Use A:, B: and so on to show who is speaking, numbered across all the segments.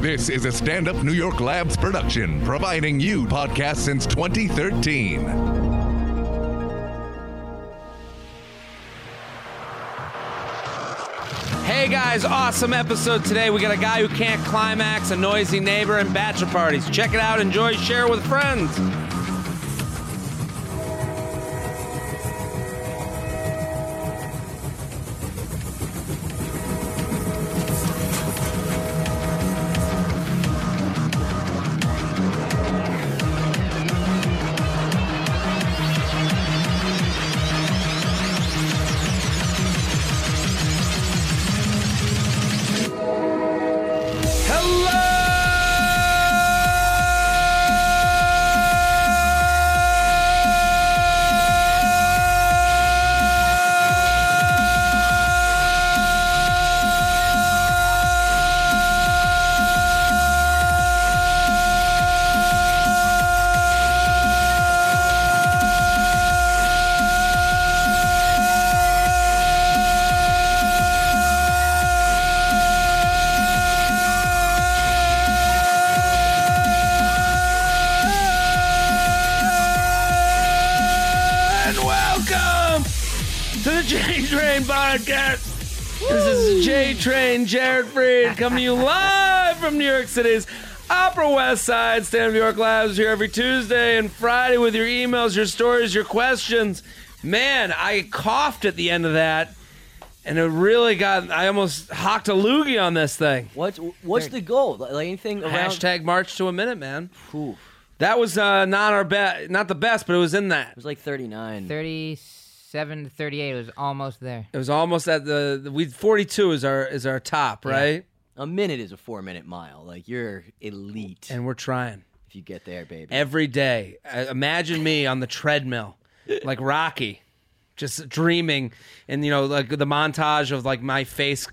A: This is a stand up New York Labs production, providing you podcasts since 2013.
B: Hey guys, awesome episode today. We got a guy who can't climax, a noisy neighbor, and bachelor parties. Check it out, enjoy, share with friends. And welcome to the J Train Podcast. This is J Train Jared Freed coming to you live from New York City's Upper West Side, Stand Up New York Labs here every Tuesday and Friday with your emails, your stories, your questions. Man, I coughed at the end of that. And it really got, I almost hocked a loogie on this thing.
C: What's what's the goal? Like like anything around?
B: Hashtag March to a Minute, man.
C: Ooh, it
B: That was uh, not our best, not the best, but it was in that.
C: was like thirty nine.
D: 37 to 38 it was almost there.
B: It was almost at the, the we 42 is our is our top, right?
C: A minute is a four minute mile. Like you're elite
B: And we're trying
C: if you get there, baby.
B: every day. Uh, imagine me on the treadmill, like Rocky, just dreaming, and you know, like the montage of like my face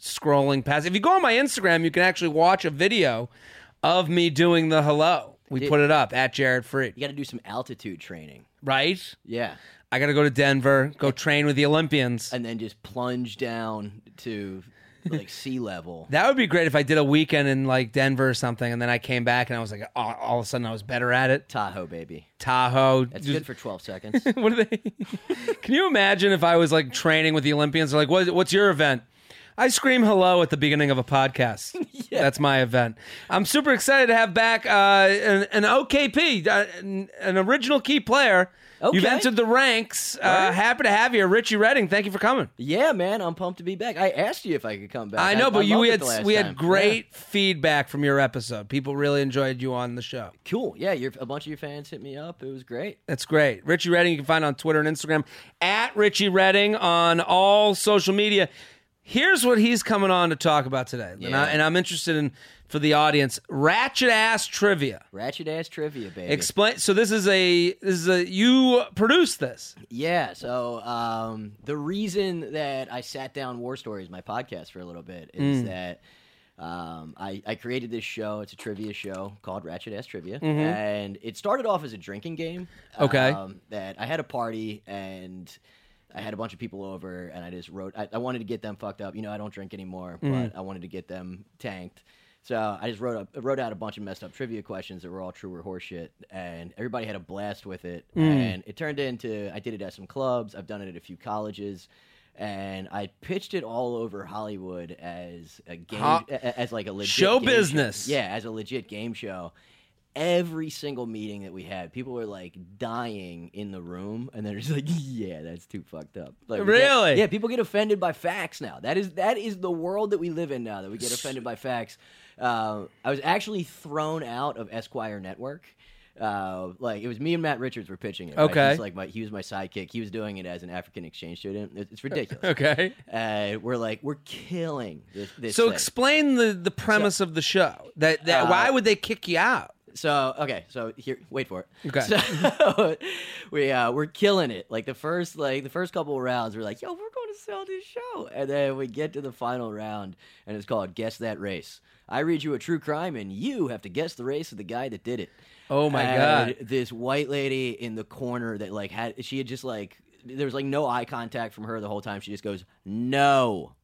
B: scrolling past. If you go on my Instagram, you can actually watch a video of me doing the hello. We put it up at Jared
C: you
B: Freed,
C: got to do some altitude training.
B: right?
C: Yeah,
B: I got to go to Denver, go train with the Olympians.
C: and then just plunge down to like sea level.
B: That would be great if I did a weekend in like Denver or something, and then I came back and I was like, all, all of a sudden I was better at it.
C: Tahoe, baby.
B: Tahoe.
C: That's
B: just-
C: good for twelve seconds.
B: what are they? Can you imagine if I was like training with the Olympians? They're like, what, what's your event? I scream hello at the beginning of a podcast. That's my event. I'm super excited to have back uh, an, an OKP, uh, an, an original key player. You've
C: Okay.
B: entered the ranks. Uh, happy to have you, Richie Redding. Thank you for coming.
C: yeah, man, I'm pumped to be back. I asked you if I could come back.
B: I know, but
C: I
B: you
C: loved it
B: had
C: the last
B: we
C: time.
B: had great feedback from your episode. People really enjoyed you on the show.
C: Yeah. Cool. Yeah, you're, a bunch of your fans hit me up. It was great.
B: That's great. Richie Redding, you can find on Twitter and Instagram at Richie Redding on all social media. Here's what he's coming on to talk about today. And,
C: Yeah.
B: I, and I'm interested in, for the audience, ratchet ass trivia.
C: Ratchet ass trivia, baby.
B: Explain. So this is a this is a you produced this.
C: Yeah, so um, the reason that I sat down War Stories, my podcast, for a little bit is that um, I, I created this show. It's a trivia show called Ratchet Ass Trivia, and it started off as a drinking game.
B: Okay.
C: um, that I had a party and I had a bunch of people over, and I just wrote. I, I wanted to get them fucked up. You know, I don't drink anymore,
B: Mm.
C: but I wanted to get them tanked. So I just wrote up, wrote out a bunch of messed up trivia questions that were all true or horseshit, and everybody had a blast with it.
B: Mm.
C: And it turned into I did it at some clubs. I've done it at a few colleges, and I pitched it all over Hollywood as a game,
B: Ho-
C: a- a- as like a legit
B: Show
C: game show.
B: business.
C: Yeah, as a legit game show. Every single meeting that we had, people were like dying in the room, and they're just like, "Yeah, that's too fucked up." Like, we get-
B: Really?
C: yeah, people get offended by facts now. That is that is the world that we live in now. That we get offended by facts. Uh, I was actually thrown out of Esquire Network. Uh, like it was me and Matt Richards were pitching it. right?
B: Okay.
C: He's like my, he was my sidekick. He was doing it as an African exchange student. It- It's ridiculous.
B: Okay.
C: Uh, we're like we're killing this. this
B: So
C: thing.
B: explain the the premise of the show. That that
C: Uh,
B: why would they kick you out?
C: So okay, so here, wait for it.
B: Okay.
C: So we uh, we're killing it. Like the first like the first couple of rounds, we're like, yo, we're going to sell this show, and then we get to the final round, and it's called guess that race. I read you a true crime, and you have to guess the race of the guy that did it.
B: Oh my
C: And
B: god.
C: This white lady in the corner that like had she had just like there was like no eye contact from her the whole time. She just goes no.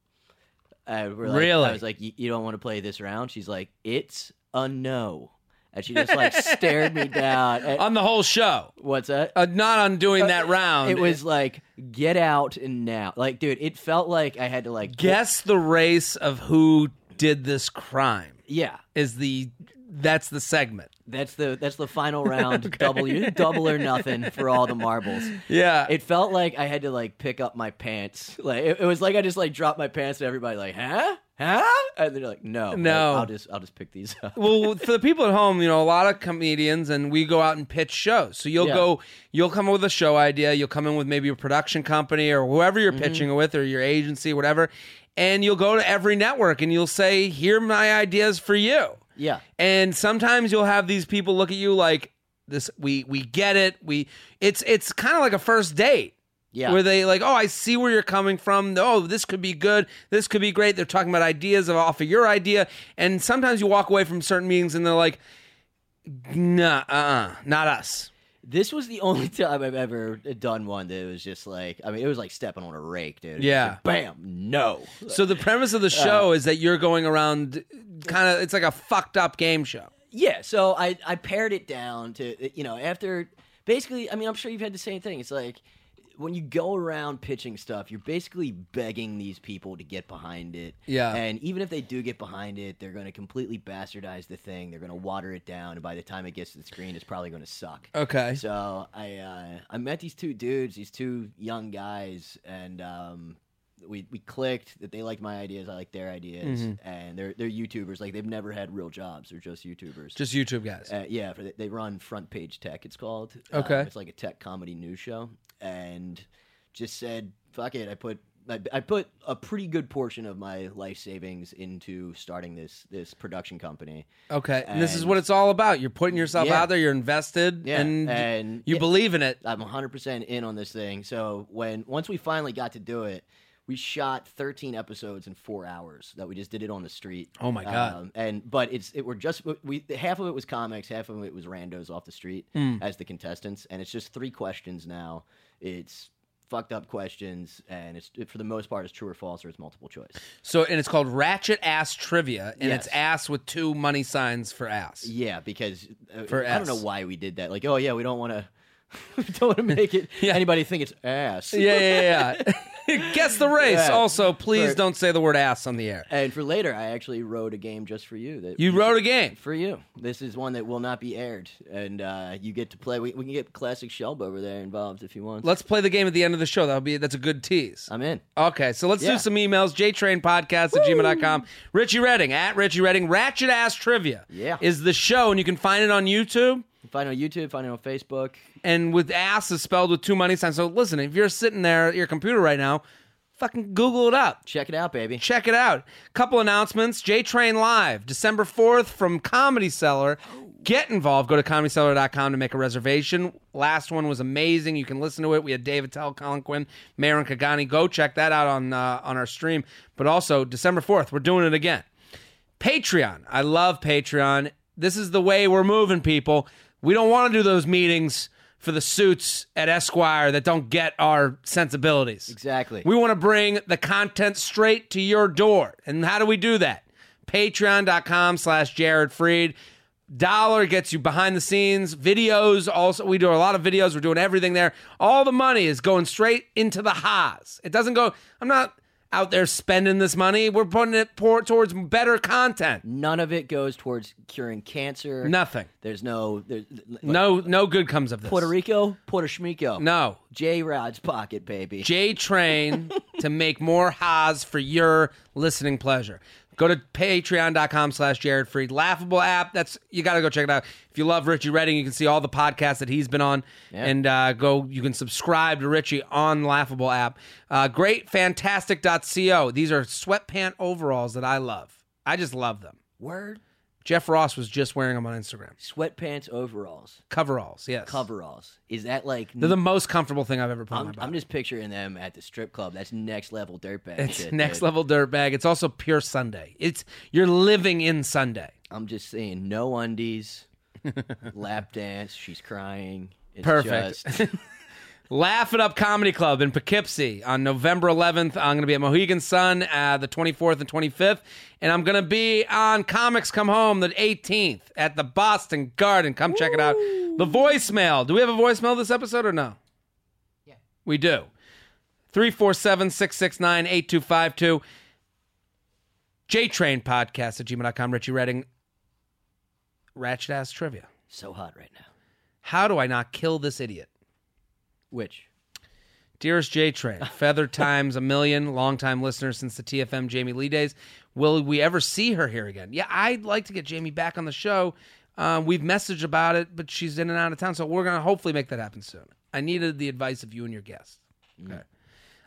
C: I, we're like,
B: Really?
C: I was like, "Y- you don't want to play this round? She's like, it's a no. And she just like stared me down. And-
B: on the whole show.
C: what's that?
B: Uh, not on doing that round.
C: It was like, get out and now. Like, dude, it felt like I had to like
B: guess the race of who did this crime
C: Yeah,
B: is the that's the segment.
C: that's the that's the final round. Double you, double or nothing for all the marbles.
B: Yeah.
C: It felt like I had to like pick up my pants. Like it, it was like I just like dropped my pants and everybody like, huh, huh? And they're like, no,
B: No.
C: I'll- I'll just I'll just pick these up.
B: well, for the people at home, you know, a lot of comedians and we go out and pitch shows. So you'll
C: Yeah.
B: go, you'll come up with a show idea, you'll come in with maybe a production company or whoever you're pitching with or your agency, whatever, and you'll go to every network and you'll say, "Here are my ideas for you."
C: Yeah,
B: And sometimes you'll have these people look at you like, "This, we we get it. We it's it's kind of like a first date."
C: yeah,
B: Where they like, oh, I see where you're coming from. Oh, this could be good. This could be great. They're talking about ideas of off of your idea. And sometimes you walk away from certain meetings and they're like, nah, uh uh, not us.
C: This was the only time I've ever done one that was just like, I mean, it was like stepping on a rake, dude. It was
B: Yeah.
C: just bam, no.
B: So the premise of the show is that you're going around kind of, it's like a fucked up game show.
C: Yeah, so I I pared it down to uh, you know after basically I mean I'm sure you've had the same thing. It's like when you go around pitching stuff, you're basically begging these people to get behind it.
B: Yeah.
C: And even if they do get behind it, they're going to completely bastardize the thing. They're going to water it down, and by the time it gets to the screen, it's probably going to suck.
B: Okay.
C: So I uh, I met these two dudes, these two young guys, and um, we we clicked that they liked my ideas, I liked their ideas,
B: Mm-hmm.
C: and they're they're YouTubers. Like they've never had real jobs; they're just YouTubers.
B: Just YouTube guys.
C: uh, yeah, for, they run Front Page Tech. It's called.
B: Okay.
C: Um, it's like a tech comedy news show, and just said, "Fuck it." I put. I I put a pretty good portion of my life savings into starting this this production company.
B: Okay. And this is
C: and-
B: what it's all about. You're putting yourself
C: Yeah.
B: out there, you're invested,
C: Yeah,
B: and,
C: and-
B: you
C: yeah.
B: believe in it.
C: I'm 100% in on this thing. So when once we finally got to do it, we shot 13 episodes in four hours. That we just did it on the street.
B: Oh my God.
C: Um, and but it's it were just we half of it was comics, half of it was randos off the street
B: Hmm.
C: as the contestants, and it's just three questions now. It's fucked up questions, and it's for the most part it's true or false or it's multiple choice.
B: So, and it's called Ratchet Ass Trivia, and it's
C: Yes.
B: ass with two money signs for ass.
C: Yeah, because uh,
B: For
C: I don't know
B: S.
C: why we did that. Like, oh yeah, we don't want to. don't want to make it anybody think it's ass.
B: Yeah, yeah, yeah, yeah. Guess the race.
C: Yeah.
B: Also, please
C: Right.
B: don't say the word ass on the air.
C: And for later, I actually wrote a game just for you. That
B: You wrote a game.
C: for you. This is one that will not be aired, and uh, you get to play. We, we can get classic Shelb over there involved if you want.
B: Let's play the game at the end of the show. That'll be that's a good tease.
C: I'm in.
B: Okay, so let's do
C: Yeah.
B: some emails. JTrainPodcast at gmail.com. Richie Redding at Richie Redding. Ratchet Ass Trivia
C: Yeah.
B: is the show, and you can find it on YouTube.
C: Find it on YouTube. Find it on Facebook.
B: And with ass is spelled with two money signs. So listen, if you're sitting there at your computer right now, fucking Google it up.
C: Check it out, baby.
B: Check it out. Couple announcements. J Train Live, December 4th from Comedy Cellar. Get involved. Go to comedycellar.com to make a reservation. Last one was amazing. You can listen to it. We had David Tell, Colin Quinn, Marin Kagani. Go check that out on uh, on our stream. But also December 4th, we're doing it again. Patreon. I love Patreon. This is the way we're moving, people. We don't want to do those meetings for the suits at Esquire that don't get our sensibilities.
C: Exactly.
B: We want to bring the content straight to your door. And how do we do that? Patreon.com slash Jared Freed. Dollar gets you behind the scenes videos. Also, we do a lot of videos. We're doing everything there. All the money is going straight into the Haas. It doesn't go, I'm not out there spending this money. We're putting it pour, towards better content.
C: None of it goes towards curing cancer.
B: Nothing.
C: There's no. There's
B: No, no good comes of this.
C: Puerto Rico. Puerto Schmico.
B: No.
C: J Rod's pocket, baby.
B: J Train to make more ha's for your listening pleasure. Go to patreon.com slash Jared Freed. Laughable app. That's you gotta go check it out. If you love Richie Redding, you can see all the podcasts that he's been on. And uh, go you can subscribe to Richie on Laughable app. Uh, great fantastic.co. These are sweatpant overalls that I love. I just love them.
C: Word.
B: Jeff Ross was just wearing them on Instagram.
C: Sweatpants, overalls,
B: Coveralls, yes.
C: coveralls. Is that like?
B: They're the most comfortable thing I've ever put on my
C: I'm,
B: body.
C: I'm just picturing them at the strip club. That's next level dirtbag.
B: It's
C: shit,
B: next
C: dude.
B: level dirtbag. It's also pure Sunday. It's you're living in Sunday.
C: I'm just saying, no undies, lap dance. She's crying. It's
B: Perfect.
C: just-
B: Laugh It Up Comedy Club in Poughkeepsie on November 11th. I'm going to be at Mohegan Sun uh, the 24th and 25th. And I'm going to be on Comics Come Home the 18th at the Boston Garden. Come check it out. The voicemail. Do we have a voicemail this episode or no?
D: Yeah.
B: We do. 347 669 8252. JTrain podcast at gmail.com. Richie Redding. Ratchet ass trivia.
C: So hot right now.
B: How do I not kill this idiot?
C: Which?
B: Dearest J Train, Feather times a million, longtime listener since the TFM Jamie Lee days. Will we ever see her here again? Yeah, I'd like to get Jamie back on the show. Uh, we've messaged about it, but she's in and out of town, so we're going to hopefully make that happen soon. I needed the advice of you and your guests. Okay.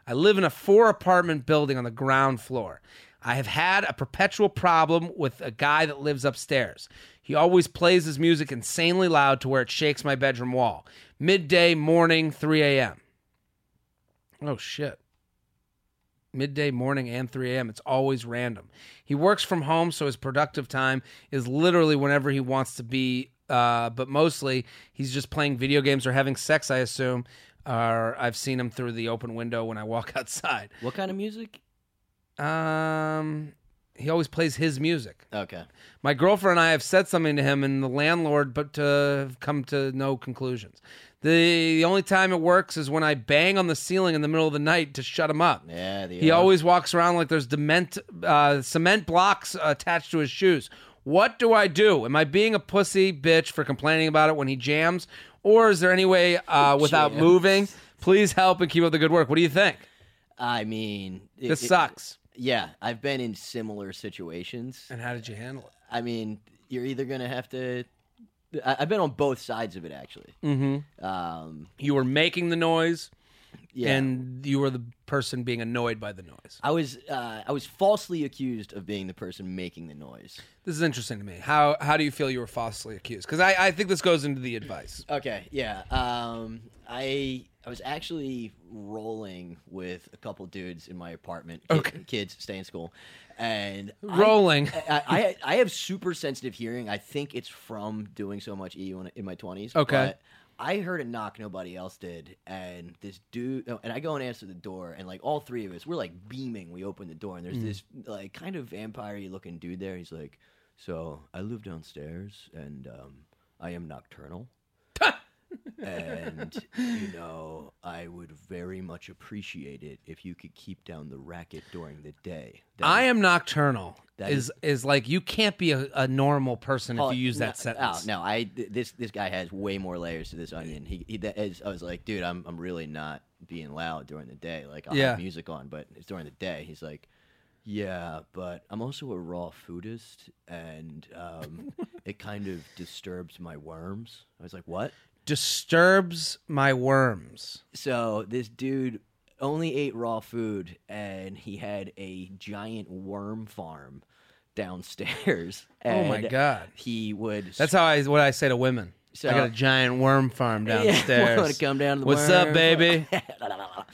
B: I live in a four apartment building on the ground floor. I have had a perpetual problem with a guy that lives upstairs. He always plays his music insanely loud to where it shakes my bedroom wall. Midday, morning, 3 a.m. Oh shit. Midday, morning, and 3 a.m. It's always random. He works from home, so his productive time is literally whenever he wants to be. Uh, but mostly, he's just playing video games or having sex, I assume. Or I've seen him through the open window when I walk outside.
C: What kind of music?
B: Um, he always plays his music.
C: Okay.
B: My girlfriend and I have said something to him and the landlord, but uh, have come to no conclusions. The, the only time it works is when I bang on the ceiling in the middle of the night to shut him up.
C: Yeah, the
B: he
C: old-
B: always walks around like there's dement, uh, cement blocks attached to his shoes. What do I do? Am I being a pussy bitch for complaining about it when he jams, or is there any way uh, without
C: Jams.
B: moving? Please help and keep up the good work. What do you think?
C: I mean, it-
B: This
C: it-
B: sucks.
C: Yeah, I've been in similar situations.
B: And how did you handle it?
C: I mean, you're either gonna have to. I, I've been on both sides of it actually.
B: Mm,
C: Mm-hmm. Um,
B: You were making the noise.
C: yeah.
B: and you were the person being annoyed by the noise.
C: I was uh, I was falsely accused of being the person making the noise.
B: This is interesting to me. How how do you feel you were falsely accused? Because I, I think this goes into the advice.
C: Okay, yeah. Um, I I was actually rolling with a couple dudes in my apartment. Ki-
B: Okay.
C: kids stay in school, and I-
B: Rolling.
C: I, I I have super sensitive hearing. I think it's from doing so much EU in, in my twenties.
B: Okay.
C: But I heard a knock nobody else did, and this dude, oh, and I go and answer the door, and like all three of us, we're like beaming. We open the door, and
B: Mm.
C: there's this like kind of vampire-y looking dude there. He's like, "So I live downstairs, and um, I am nocturnal." and you know, I would very much appreciate it if you could keep down the racket during the day. That
B: I
C: is
B: am nocturnal.
C: That
B: is is like you can't be a, a normal person
C: Oh,
B: if you use
C: no,
B: that sentence.
C: Oh, no, I th- this this guy has way more layers to this onion. He, he that is, I was like, dude, I'm I'm really not being loud during the day. Like I'll
B: Yeah.
C: have music on, but it's during the day. He's like, yeah, but I'm also a raw foodist, and um, it kind of disturbs my worms. I was like, what?
B: Disturbs my worms.
C: So this dude only ate raw food, and he had a giant worm farm downstairs.
B: Oh my
C: and
B: God.
C: He would
B: That's how I what I say to women.
C: So-
B: I got a giant worm farm
C: Yeah,
B: downstairs.
C: wanna come down to the
B: What's
C: worm
B: up,
C: farm?
B: baby?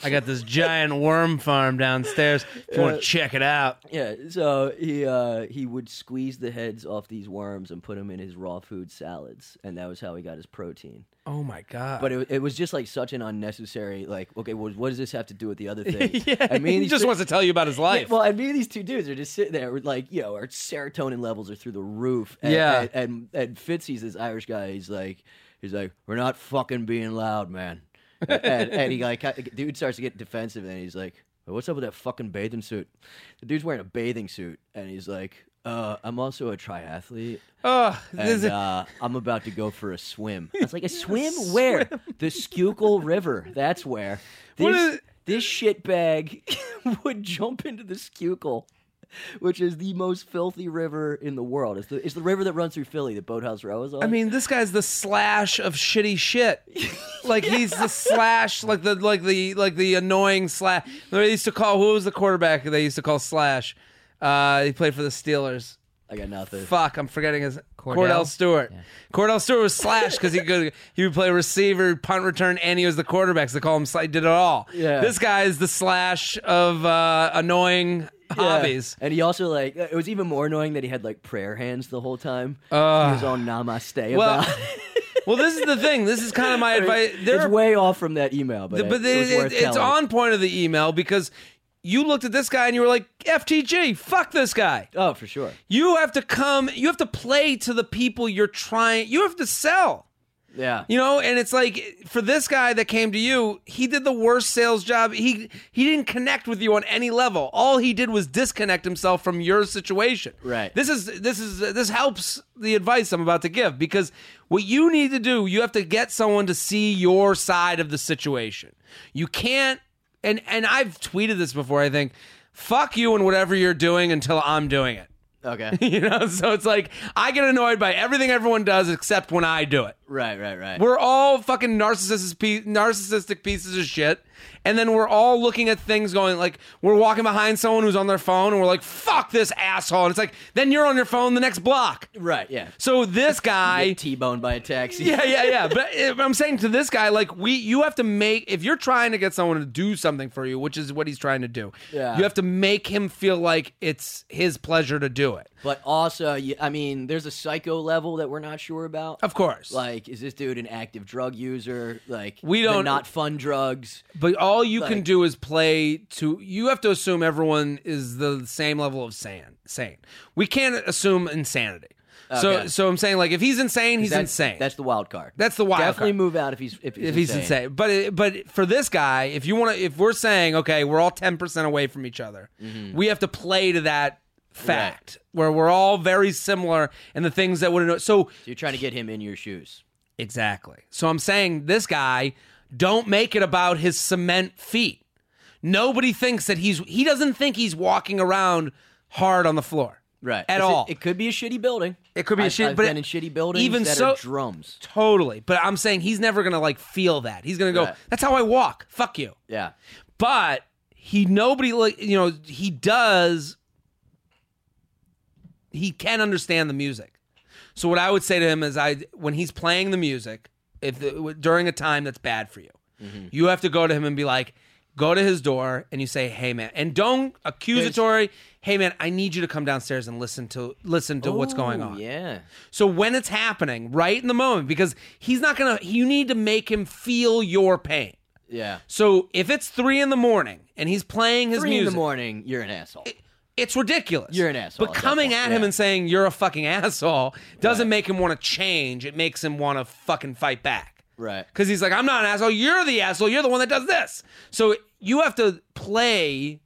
B: I got this giant worm farm downstairs. If you want
C: Uh,
B: to check it out.
C: Yeah, so he uh, he would squeeze the heads off these worms and put them in his raw food salads, and that was how he got his protein.
B: Oh my god.
C: But it, it was just like such an unnecessary like, okay, well, what does this have to do with the other thing? and me and
B: he
C: these
B: just
C: two-
B: wants to tell you about his life.
C: Yeah, well, and me and these two dudes are just sitting there, with like you know, our serotonin levels are through the roof. And,
B: Yeah.
C: and and, and Fitzy's this Irish guy. He's like, he's like, we're not fucking being loud, man. and, and he like, ki- dude starts to get defensive, and he's like, "Well, what's up with that fucking bathing suit? The dude's wearing a bathing suit, and he's like, uh, I'm also a triathlete,
B: oh, this
C: and
B: is-
C: uh, I'm about to go for a swim. I was like, a swim where? The Schuylkill River. That's where. This,
B: What is-
C: this shitbag would jump into the Schuylkill, which is the most filthy river in the world. It's the, it's the river that runs through Philly, the Boathouse Row is on.
B: I mean, this guy's the slash of shitty shit. Like he's the slash, like the like the like the annoying slash. They used to call who was the quarterback? They used to call slash. Uh, he played for the Steelers.
C: I got nothing.
B: Fuck, I'm forgetting his Cordell,
D: Cordell?
B: Stewart.
D: Yeah.
B: Cordell Stewart was slash because he could he would play receiver, punt return, and he was the quarterback. So they call him slash. He did it all.
C: Yeah.
B: This guy is the slash of uh, annoying
C: Yeah.
B: hobbies.
C: And he also like it was even more annoying that he had like prayer hands the whole time. he was on Namaste
B: Well,
C: about.
B: Well, this is the thing. This is kind of my advice. There
C: it's
B: are-
C: way off from that email, but,
B: but
C: it, it was
B: it-
C: worth
B: it's
C: telling.
B: on point of the email because you looked at this guy and you were like, FTG, fuck this guy.
C: Oh, for sure.
B: You have to come, you have to play to the people you're trying, you have to sell.
C: Yeah.
B: You know, and it's like for this guy that came to you, he did the worst sales job. He he didn't connect with you on any level. All he did was disconnect himself from your situation.
C: Right.
B: This is this is this helps the advice I'm about to give because what you need to do, you have to get someone to see your side of the situation. You can't and and I've tweeted this before, I think, fuck you and whatever you're doing until I'm doing it.
C: Okay.
B: You know, so it's like I get annoyed by everything everyone does except when I do it.
C: right, right, right.
B: We're all fucking narcissistic, pe- narcissistic pieces of shit, and then we're all looking at things going like we're walking behind someone who's on their phone, and we're like, "Fuck this asshole!" And it's like then you're on your phone the next block.
C: right, yeah.
B: So this guy,
C: Get T-boned by a taxi.
B: yeah, yeah, yeah. But if- I'm saying to this guy, like we, you have to make if you're trying to get someone to do something for you, which is what he's trying to do.
C: Yeah.
B: you have to make him feel like it's his pleasure to do it.
C: But also, you- I mean, there's a psycho level that we're not sure about.
B: Of course,
C: Like, is this dude an active drug user? Like,
B: We
C: the
B: don't-
C: not fun drugs.
B: But all you can
C: Like-
B: do is play to. You have to assume everyone is the same level of sane. Sane. We can't assume insanity. So,
C: Okay.
B: so I'm saying like if he's insane, he's
C: That's-
B: insane.
C: That's the wild card.
B: That's the wild
C: Definitely
B: card.
C: move out if he's if he's
B: if he's insane. But it, but for this guy, if you want to, if we're saying okay, we're all 10 percent away from each other, we have to play to that fact where we're all very similar and the things that would. So
C: So you're trying to get him in your shoes.
B: Exactly. So I'm saying this guy, don't make it about his cement feet. Nobody thinks that he's he doesn't think he's walking around hard on the floor.
C: Right.
B: At
C: It's a-
B: all.
C: It could be a shitty building.
B: It could be a
C: I've-
B: shit-
C: I've
B: but
C: been
B: it-
C: in shitty buildings
B: even
C: that
B: so-
C: are drums.
B: totally. But I'm saying he's never gonna like feel that. He's gonna go,
C: Right.
B: That's how I walk. Fuck you.
C: Yeah.
B: But he nobody like you know, he does he can understand the music. So what I would say to him is I when he's playing the music, if the, during a time that's bad for you,
C: Mm-hmm.
B: you have to go to him and be like, go to his door and you say, "Hey man," and don't accusatory. Hey man, I need you to come downstairs and listen to listen to what's going
C: Ooh,
B: on.
C: Yeah.
B: So when it's happening, right in the moment, because he's not gonna. You need to make him feel your pain.
C: Yeah.
B: So if it's three in the morning and he's playing his
C: Three in
B: music,
C: the morning, you're an asshole.
B: it's ridiculous.
C: You're an asshole
B: But
C: at that
B: coming
C: point,
B: at him
C: yeah.
B: and saying you're a fucking asshole doesn't
C: Right.
B: make him want to change. It makes him want to fucking fight back.
C: Right.
B: Because he's like, I'm not an asshole. You're the asshole. You're the one that does this. So you have to play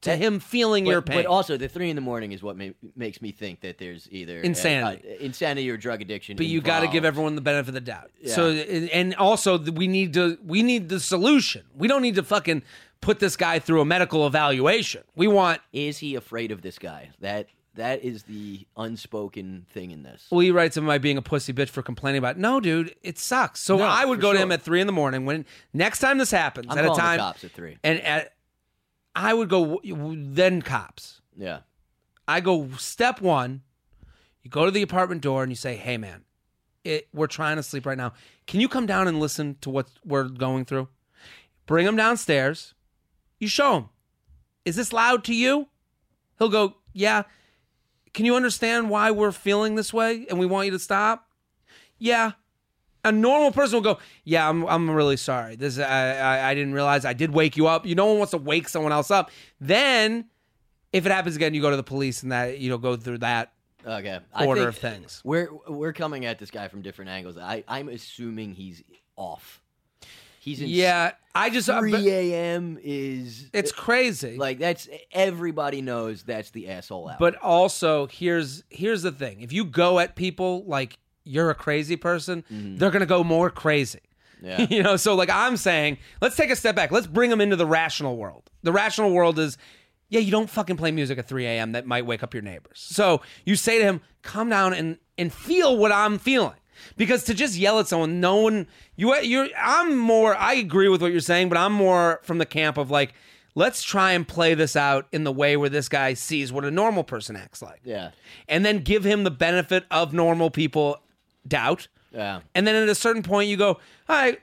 B: to him feeling your
C: But,
B: pain.
C: but also, the three in the morning is what ma- makes me think that there's either uh,
B: Insanity.
C: uh, insanity or drug addiction.
B: but you got to give
C: involved.
B: everyone the benefit of the doubt.
C: Yeah.
B: So and and also th- we need to we need the solution. We don't need to fucking put this guy through a medical evaluation. We want
C: Is he afraid of this guy? That that is the unspoken thing in this.
B: Well, he writes him by being a pussy bitch for complaining about. it. No, dude, it sucks. So
C: No,
B: I would
C: for
B: go to him
C: sure.
B: at three in the morning when next time this happens
C: I'm
B: at a
C: calling the
B: time.
C: cops at three.
B: And at, I would go w- w- then cops.
C: Yeah.
B: I go step one. You go to the apartment door and you say, "Hey, man, it, we're trying to sleep right now. Can you come down and listen to what we're going through? Bring him downstairs. You show him. Is this loud to you? He'll go, Yeah. Can you understand why we're feeling this way and we want you to stop? Yeah. A normal person will go, Yeah, I'm, I'm really sorry. This I, I, I didn't realize I did wake you up. You no one wants to wake someone else up. Then if it happens again, you go to the police and that you know go through that
C: Okay.
B: order
C: I
B: of
C: think
B: things.
C: We're we're coming at this guy from different angles. I I'm assuming he's off. He's in
B: Yeah, I just uh, but-
C: Three a.m. is
B: It's crazy.
C: like that's everybody knows that's the asshole out.
B: but also here's here's the thing. If you go at people like you're a crazy person, they're going to go more crazy.
C: Mm-hmm. Yeah.
B: you know, so like I'm saying, let's take a step back. Let's bring them into the rational world. The rational world is yeah, you don't fucking play music at 3 a.m. that might wake up your neighbors. So you say to him, come down and and feel what I'm feeling. Because to just yell at someone, no one you you're I'm more I agree with what you're saying, but I'm more from the camp of like, let's try and play this out in the way where this guy sees what a normal person acts like.
C: yeah,
B: And then give him the benefit of normal people doubt.
C: yeah,
B: And then at a certain point, you go, all right,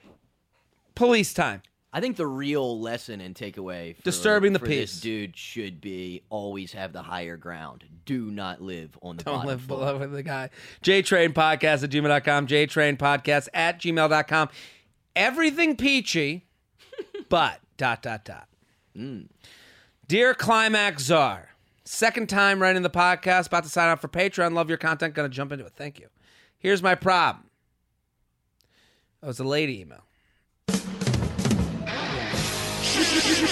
B: police time.
C: I think the real lesson and takeaway for,
B: Disturbing the
C: for this
B: peace.
C: dude should be always have the higher ground. Do not live on the
B: Don't
C: bottom
B: live
C: floor.
B: below the guy. JTrain Podcast at gmail.com, JTrain Podcast at gmail.com. Everything peachy, but dot, dot, dot.
C: Mm.
B: Dear Climax Czar, second time running the podcast, about to sign up for Patreon. Love your content. Gonna jump into it. Thank you. Here's my problem. Oh, it's a lady email.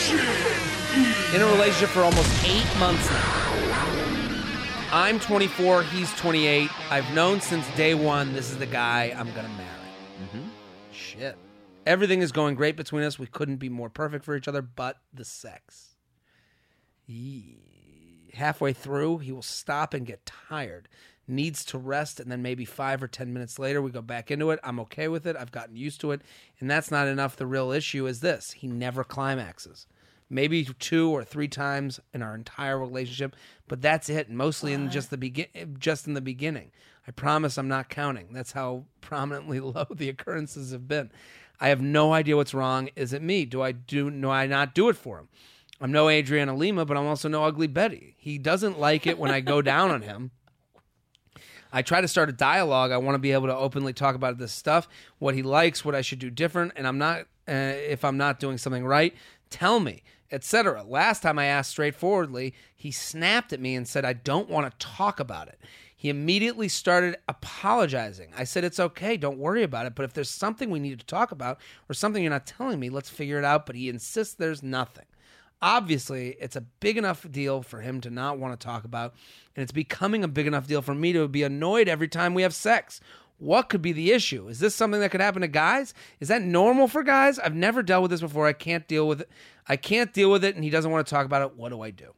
B: In a relationship for almost eight months now. I'm 24, he's 28. I've known since day one this is the guy I'm going to marry. Shit. Everything is going great between us. We couldn't be more perfect for each other, but the sex. Yee. Halfway through, he will stop and get tired, needs to rest, and then maybe five or 10 minutes later, we go back into it. I'm okay with it. I've gotten used to it. And that's not enough. The real issue is this he never climaxes. Maybe two or three times in our entire relationship, but that's it. Mostly in just the begin, just in the beginning. I promise I'm not counting. That's how prominently low the occurrences have been. I have no idea what's wrong. Is it me? Do I do? No, I not do it for him. I'm no Adriana Lima, but I'm also no Ugly Betty. He doesn't like it when I go down on him. I try to start a dialogue. I want to be able to openly talk about this stuff, what he likes, what I should do different, and I'm not uh, if I'm not doing something right, tell me, etc. Last time I asked straightforwardly, he snapped at me and said I don't want to talk about it. He immediately started apologizing. I said it's okay, don't worry about it, but if there's something we need to talk about or something you're not telling me, let's figure it out, but he insists there's nothing. Obviously, it's a big enough deal for him to not want to talk about, and it's becoming a big enough deal for me to be annoyed every time we have sex. What could be the issue? Is this something that could happen to guys? Is that normal for guys? I've never dealt with this before. I can't deal with it. I can't deal with it, and he doesn't want to talk about it. What do I do?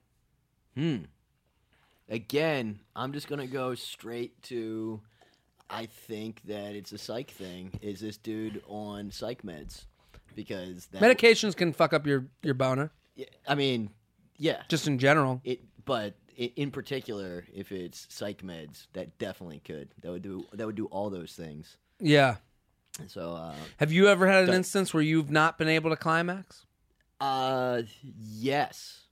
C: Again, I'm just gonna go straight to. I think that it's a psych thing. Is this dude on psych meds? Because that,
B: Medications can fuck up your your boner,
C: I mean, yeah.
B: just in general.
C: It, but i in particular, if it's psych meds, that definitely could. That would do. That would do all those things.
B: Yeah.
C: And So, uh,
B: Have you ever had an
C: Don't-
B: instance where you've not been able to climax?
C: uh yes,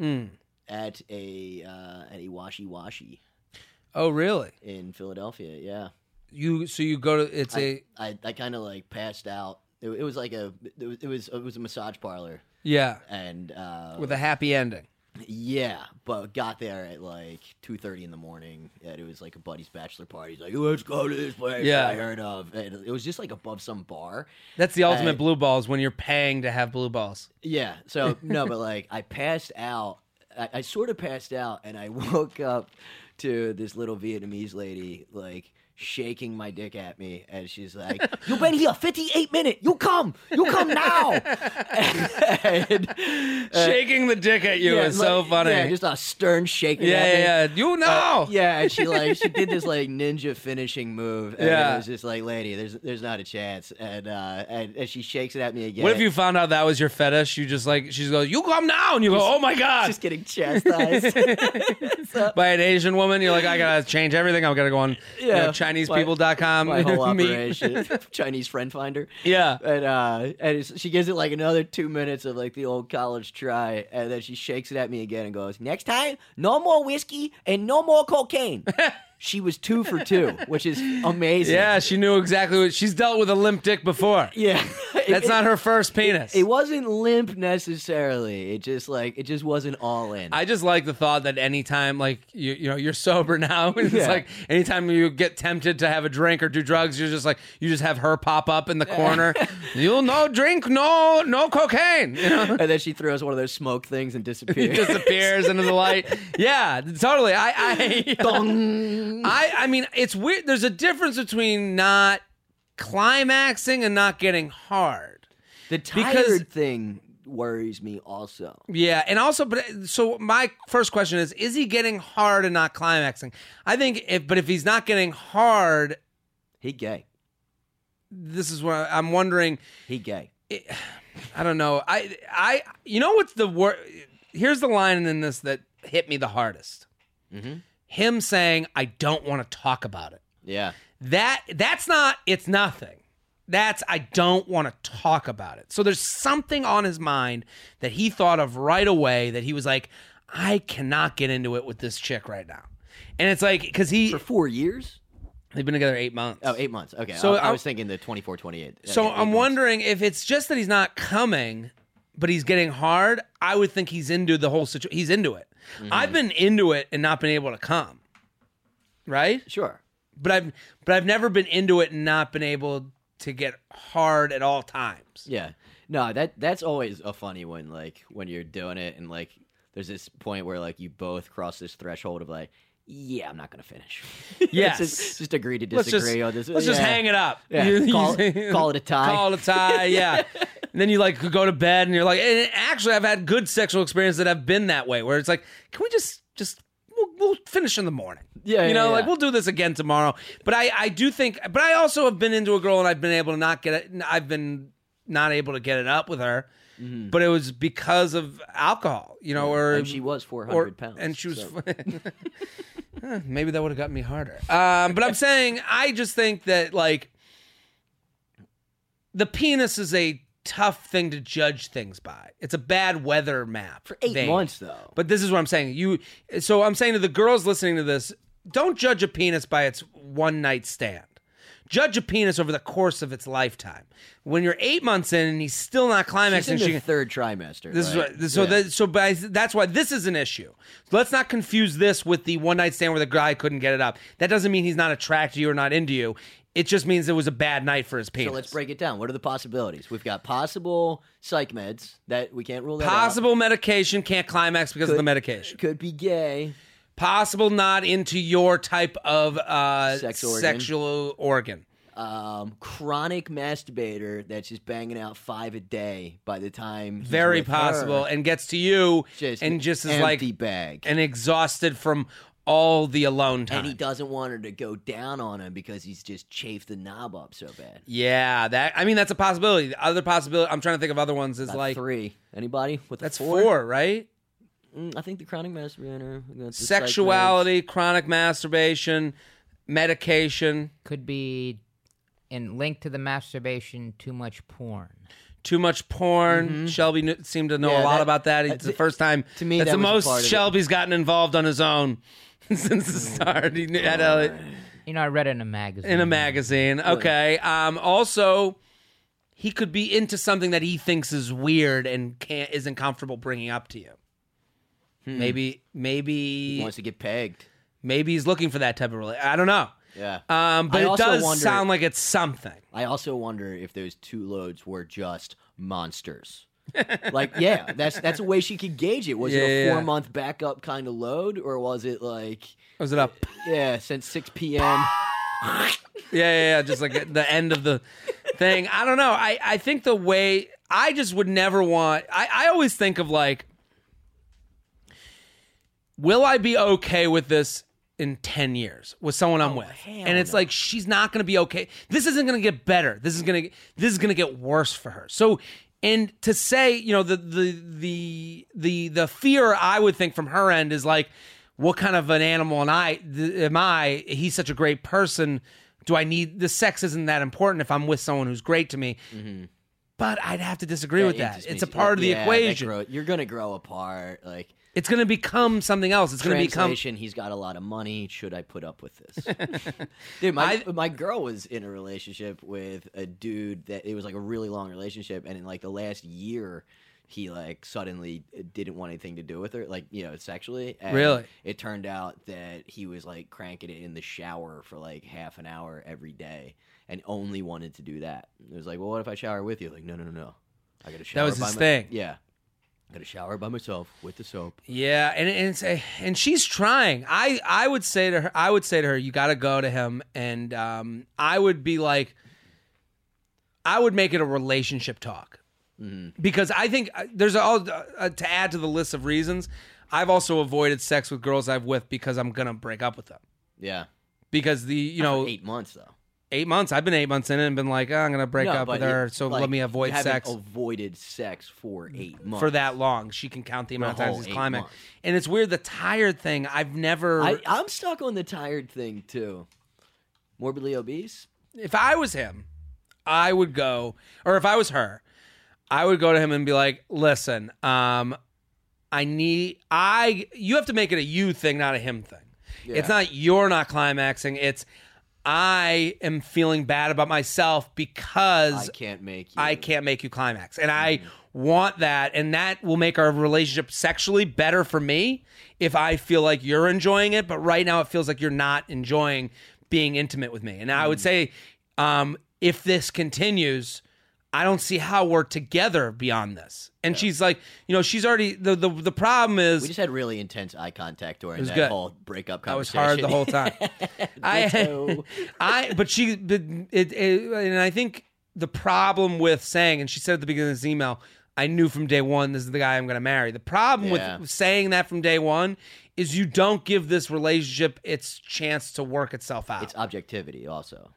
B: Mm.
C: at a uh, at a washi washi
B: Oh, really?
C: in Philadelphia. Yeah,
B: You so you go to it's a
C: I I, I kind of like passed out. It, it was like a it was, it was it was a massage parlor
B: yeah
C: and uh,
B: with a happy ending.
C: yeah, but got there at like two thirty in the morning. And it was like a buddy's bachelor party. He's like, let's go to this place.
B: Yeah.
C: I heard of. And it was just like above some bar.
B: That's the ultimate
C: I-
B: blue balls when you're paying to have blue balls.
C: Yeah. So no, but like I passed out. I, I sort of passed out, and I woke up to this little Vietnamese lady like shaking my dick at me, and she's like, "You've been here 58 minutes. You come. You come now." and, uh,
B: Shaking the dick at you
C: yeah,
B: is so
C: like-
B: funny.
C: Yeah, just a stern shaking.
B: yeah,
C: at me.
B: yeah, yeah. You know.
C: Uh, yeah, and she like she did this like ninja finishing move. And
B: Yeah.
C: it was just like, lady, there's there's not a chance. And uh, and, and she shakes it at me again.
B: What if you found out that was your fetish? You just like she's goes, you come now, and you go, oh my god,
C: just uh, getting chastised?
B: by an Asian woman. You're like, I gotta change everything. I'm gonna go on you know,
C: Yeah.
B: ChinesePeople.com.
C: my whole
B: meet-
C: operation. Chinese friend finder.
B: Yeah.
C: And uh, and it's, she gives it like another two minutes of like the old college try, and then she shakes it at me again and goes, "Next time, no more whiskey and no more cocaine." she was two for two, which is amazing.
B: Yeah, she knew exactly what she's dealt with a limp dick before.
C: yeah. It-
B: That's
C: it,
B: not her first penis.
C: It wasn't limp necessarily. It just like it just wasn't all in.
B: I just like the thought that anytime, like you, you know, you're sober now. and It's
C: Yeah.
B: like anytime you get tempted to have a drink or do drugs, you're just like you just have her pop up in the corner. You'll no drink, no no cocaine. You know,
C: and then she throws one of those smoke things and
B: It
C: disappears.
B: disappears into the light. Yeah, totally. I I, I I mean, it's weird. There's a difference between not climaxing and not getting hard.
C: the tired
B: Because-
C: thing worries me also.
B: Yeah, and also, but so my first question is: Is he getting hard and not climaxing? I think if, but if he's not getting hard,
C: He gay.
B: this is where I'm wondering.
C: He gay.
B: I don't know. I, I, you know what's the word? Here's the line in this that hit me the hardest.
C: Mm-hmm.
B: Him saying, "I don't want to talk about it."
C: Yeah.
B: That that's not. It's nothing. That's I don't want to talk about it. So there's something on his mind that he thought of right away that he was like, I cannot get into it with this chick right now. And it's like because he
C: For four years?
B: they've been together eight months.
C: Oh, eight months. Okay.
B: So
C: So I,
B: I'm-
C: was thinking the 24, 28. Yeah,
B: So
C: yeah, eight
B: I'm
C: months.
B: wondering if it's just that he's not coming, but he's getting hard. I would think he's into the whole situation. He's into it. I've been into it and not been able to come, right?
C: Sure.
B: But I've but I've never been into it and not been able to get hard at all times.
C: Yeah. No, that that's always a funny one. Like when you're doing it, and like there's this point where like you both cross this threshold of like, yeah, I'm not gonna finish. Let's
B: Yes.
C: just, just agree to
B: Let's
C: disagree
B: just
C: on this.
B: let's just
C: Yeah.
B: hang it up.
C: Yeah. Call- call it a tie.
B: Call it a tie. Yeah. And then you like go to bed and you're like, and actually, I've had good sexual experiences that have been that way, where it's like, can we just just we'll, we'll finish in the morning.
C: Yeah,
B: you
C: yeah,
B: know,
C: yeah.
B: like we'll do this again tomorrow. But I I do think, but I also have been into a girl and I've been able to not get it. I've been not able to get it up with her, but it was because of alcohol, you know, or
C: Mm-hmm. And she was 400 pounds.
B: and she was.
C: so-
B: Huh, Maybe that would have gotten me harder. Um, but I'm saying I just think that like the penis is a tough thing to judge things by. It's a bad weather map for
C: eight months though.
B: But this is what I'm saying. You so I'm saying to the girls listening to this, don't judge a penis by its one night stand. Judge a penis over the course of its lifetime. When you're eight months in and he's still not
C: She's
B: climaxing,
C: in
B: she
C: the
B: can-
C: third trimester.
B: this
C: right?
B: is what, so
C: Yeah.
B: that so but I, that's why this is an issue. Let's not confuse this with the one night stand where the guy couldn't get it up. That doesn't mean he's not attracted to you or not into you. It just means it was a bad night for his penis.
C: So let's break it down. What are the possibilities? We've got possible psych meds that we can't rule that out.
B: Possible medication can't climax because of the medication.
C: could be gay.
B: Possible not into your type of uh,
C: Sexual organ.
B: sexual organ.
C: um, chronic masturbator that's just banging out five a day by the time. he's
B: Very
C: with
B: possible,
C: her.
B: and gets to you
C: Just
B: and just is
C: empty
B: like
C: bag, and,
B: and exhausted from all the alone time.
C: he doesn't want her to go down on him because he's just chafed the knob up so bad.
B: yeah, that I mean that's a possibility. The other possibility I'm trying to think of other ones is
C: About
B: like
C: three. Anybody with a
B: That's
C: four?
B: four, right?
C: Mm, I think the chronic masturbator. we got the psych meds.
B: Sexuality, chronic masturbation, medication,
D: Could be in linked to the masturbation, too much porn.
B: too much porn. Shelby knew, seemed to know
C: Mm-hmm.
B: a
C: Yeah,
B: lot
C: that- uh,
B: about that. It's the first time.
C: to me,
B: that's
C: that
B: the
C: was
B: most
C: a part of it. Mm.
B: Shelby's gotten involved on his own since the start. He knew- had a,
D: You know, I read it in a magazine.
B: in a magazine. Okay. Um. Also, he could be into something that he thinks is weird and can't isn't comfortable bringing up to you. Maybe,
C: Hmm. He
B: maybe,
C: wants to get pegged.
B: maybe he's looking for that type of relationship. I don't know.
C: Yeah.
B: Um, but
C: I
B: it
C: also
B: does
C: wonder-
B: sound like it's something.
C: I also wonder if those two loads were just monsters. like, yeah, that's that's a way she could gauge it. Was
B: Yeah,
C: it
B: yeah,
C: a
B: yeah.
C: four month backup kind of load, or was it like,
B: Was it up?
C: yeah, since six p.m.
B: Yeah, yeah, yeah. Just like the end of the thing. I don't know. I, I think the way I just would never want. I, I always think of like, will I be okay with this in ten years with someone
C: Oh,
B: I'm with? And it's like she's not going to be okay. This isn't going to get better. This is going to this is going to get worse for her. So. And to say, you know, the the the the the fear I would think from her end is like, what kind of an animal and I th- am I? He's such a great person. Do I need the sex? Isn't that important if I'm with someone who's great to me?
C: Mm-hmm.
B: But I'd have to disagree with that. It's a part of the
C: Yeah, that
B: equation.
C: grow- you're gonna grow apart. Like
B: It's going to become something else. It's going to become.
C: translation, he's got a lot of money. Should I put up with this? dude, my my girl was in a relationship with a dude that it was like a really long relationship, and in like the last year, he like suddenly didn't want anything to do with her, like you know, sexually. And
B: Really?
C: It turned out that he was like cranking it in the shower for like half an hour every day, and only wanted to do that. It was like, well, what if I shower with you? Like, no, no, no, no. I got to shower.
B: was
C: by
B: his
C: my-
B: thing.
C: Yeah. I got to shower by myself with the soap.
B: Yeah, and and it's- eh, and she's trying. I I would say to her, I would say to her, you got to go to him, and um, I would be like, I would make it a relationship talk
C: Mm-hmm.
B: because I think uh, there's all uh, to add to the list of reasons. I've also avoided sex with girls I've with because I'm gonna break up with them
C: Yeah.
B: because the you know eight.
C: Eight months though.
B: months I've been eight months in it and been like oh, I'm gonna break
C: No,
B: up
C: but
B: with
C: it-
B: her, so
C: like,
B: let me
C: you
B: avoid
C: haven't
B: sex.
C: Avoided sex for eight months
B: for that long, she can count the amount of
C: whole
B: times he's
C: eight
B: climbing,
C: months.
B: and it's weird. The tired thing, I've never.
C: I, I'm stuck on the tired thing too. Morbidly obese.
B: if I was him, I would go, or if I was her, I would go to him and be like, "Listen, um, I need I. You have to make it a you thing, not a him thing. It's not you're not climaxing. It's I am feeling bad about myself
C: I
B: because
C: can't make you. Mm-hmm.
B: I can't make you climax. And I want that. And that will make our relationship sexually better for me if I feel like you're enjoying it. But right now, it feels like you're not enjoying being intimate with me. And I
C: Mm-hmm.
B: would say, um, if this continues, I don't see how we're together beyond this. And she's like, you know, she's already, the, the, the problem is.
C: We just had really intense eye contact during that
B: good.
C: whole breakup
B: I was
C: conversation.
B: hard the whole time. I, I, but she, but it, it, and I think the problem with saying, and she said at the beginning of this email, I knew from day one this is the guy I'm going to marry. The problem
C: Yeah.
B: with saying that from day one is you don't give this relationship its chance to work itself out.
C: it's objectivity also.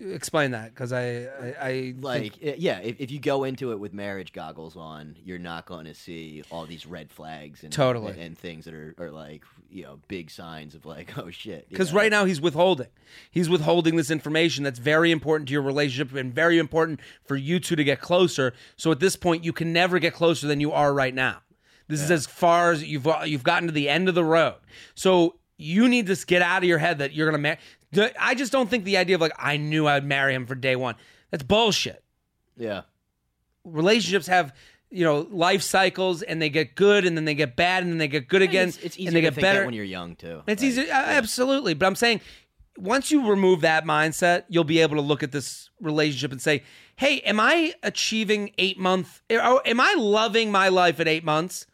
B: Explain that because I, I, I
C: Like, eh, yeah, if, if you go into it with marriage goggles on, you're not going to see all these red flags and
B: Totally.
C: and, things that are, are like you know big signs of like oh shit. you
B: Because
C: know?
B: right now he's withholding. He's withholding this information that's very important to your relationship and very important for you two to get closer. So at this point, you can never get closer than you are right now. This is as far as you've you've gotten to the end of the road. So you need to get out of your head that you're gonna marry. I just don't think the idea of like I knew I'd marry him for day one. That's bullshit
C: yeah,
B: relationships have you know life cycles and they get good and then they get bad and then they get good again
C: it's, it's easy
B: and they
C: to
B: get
C: think
B: better
C: that when you're young too.
B: it's
C: Like,
B: easy uh, absolutely but i'm saying once you remove that mindset you'll be able to look at this relationship and say hey am i achieving eight month or oh, am i loving my life at eight months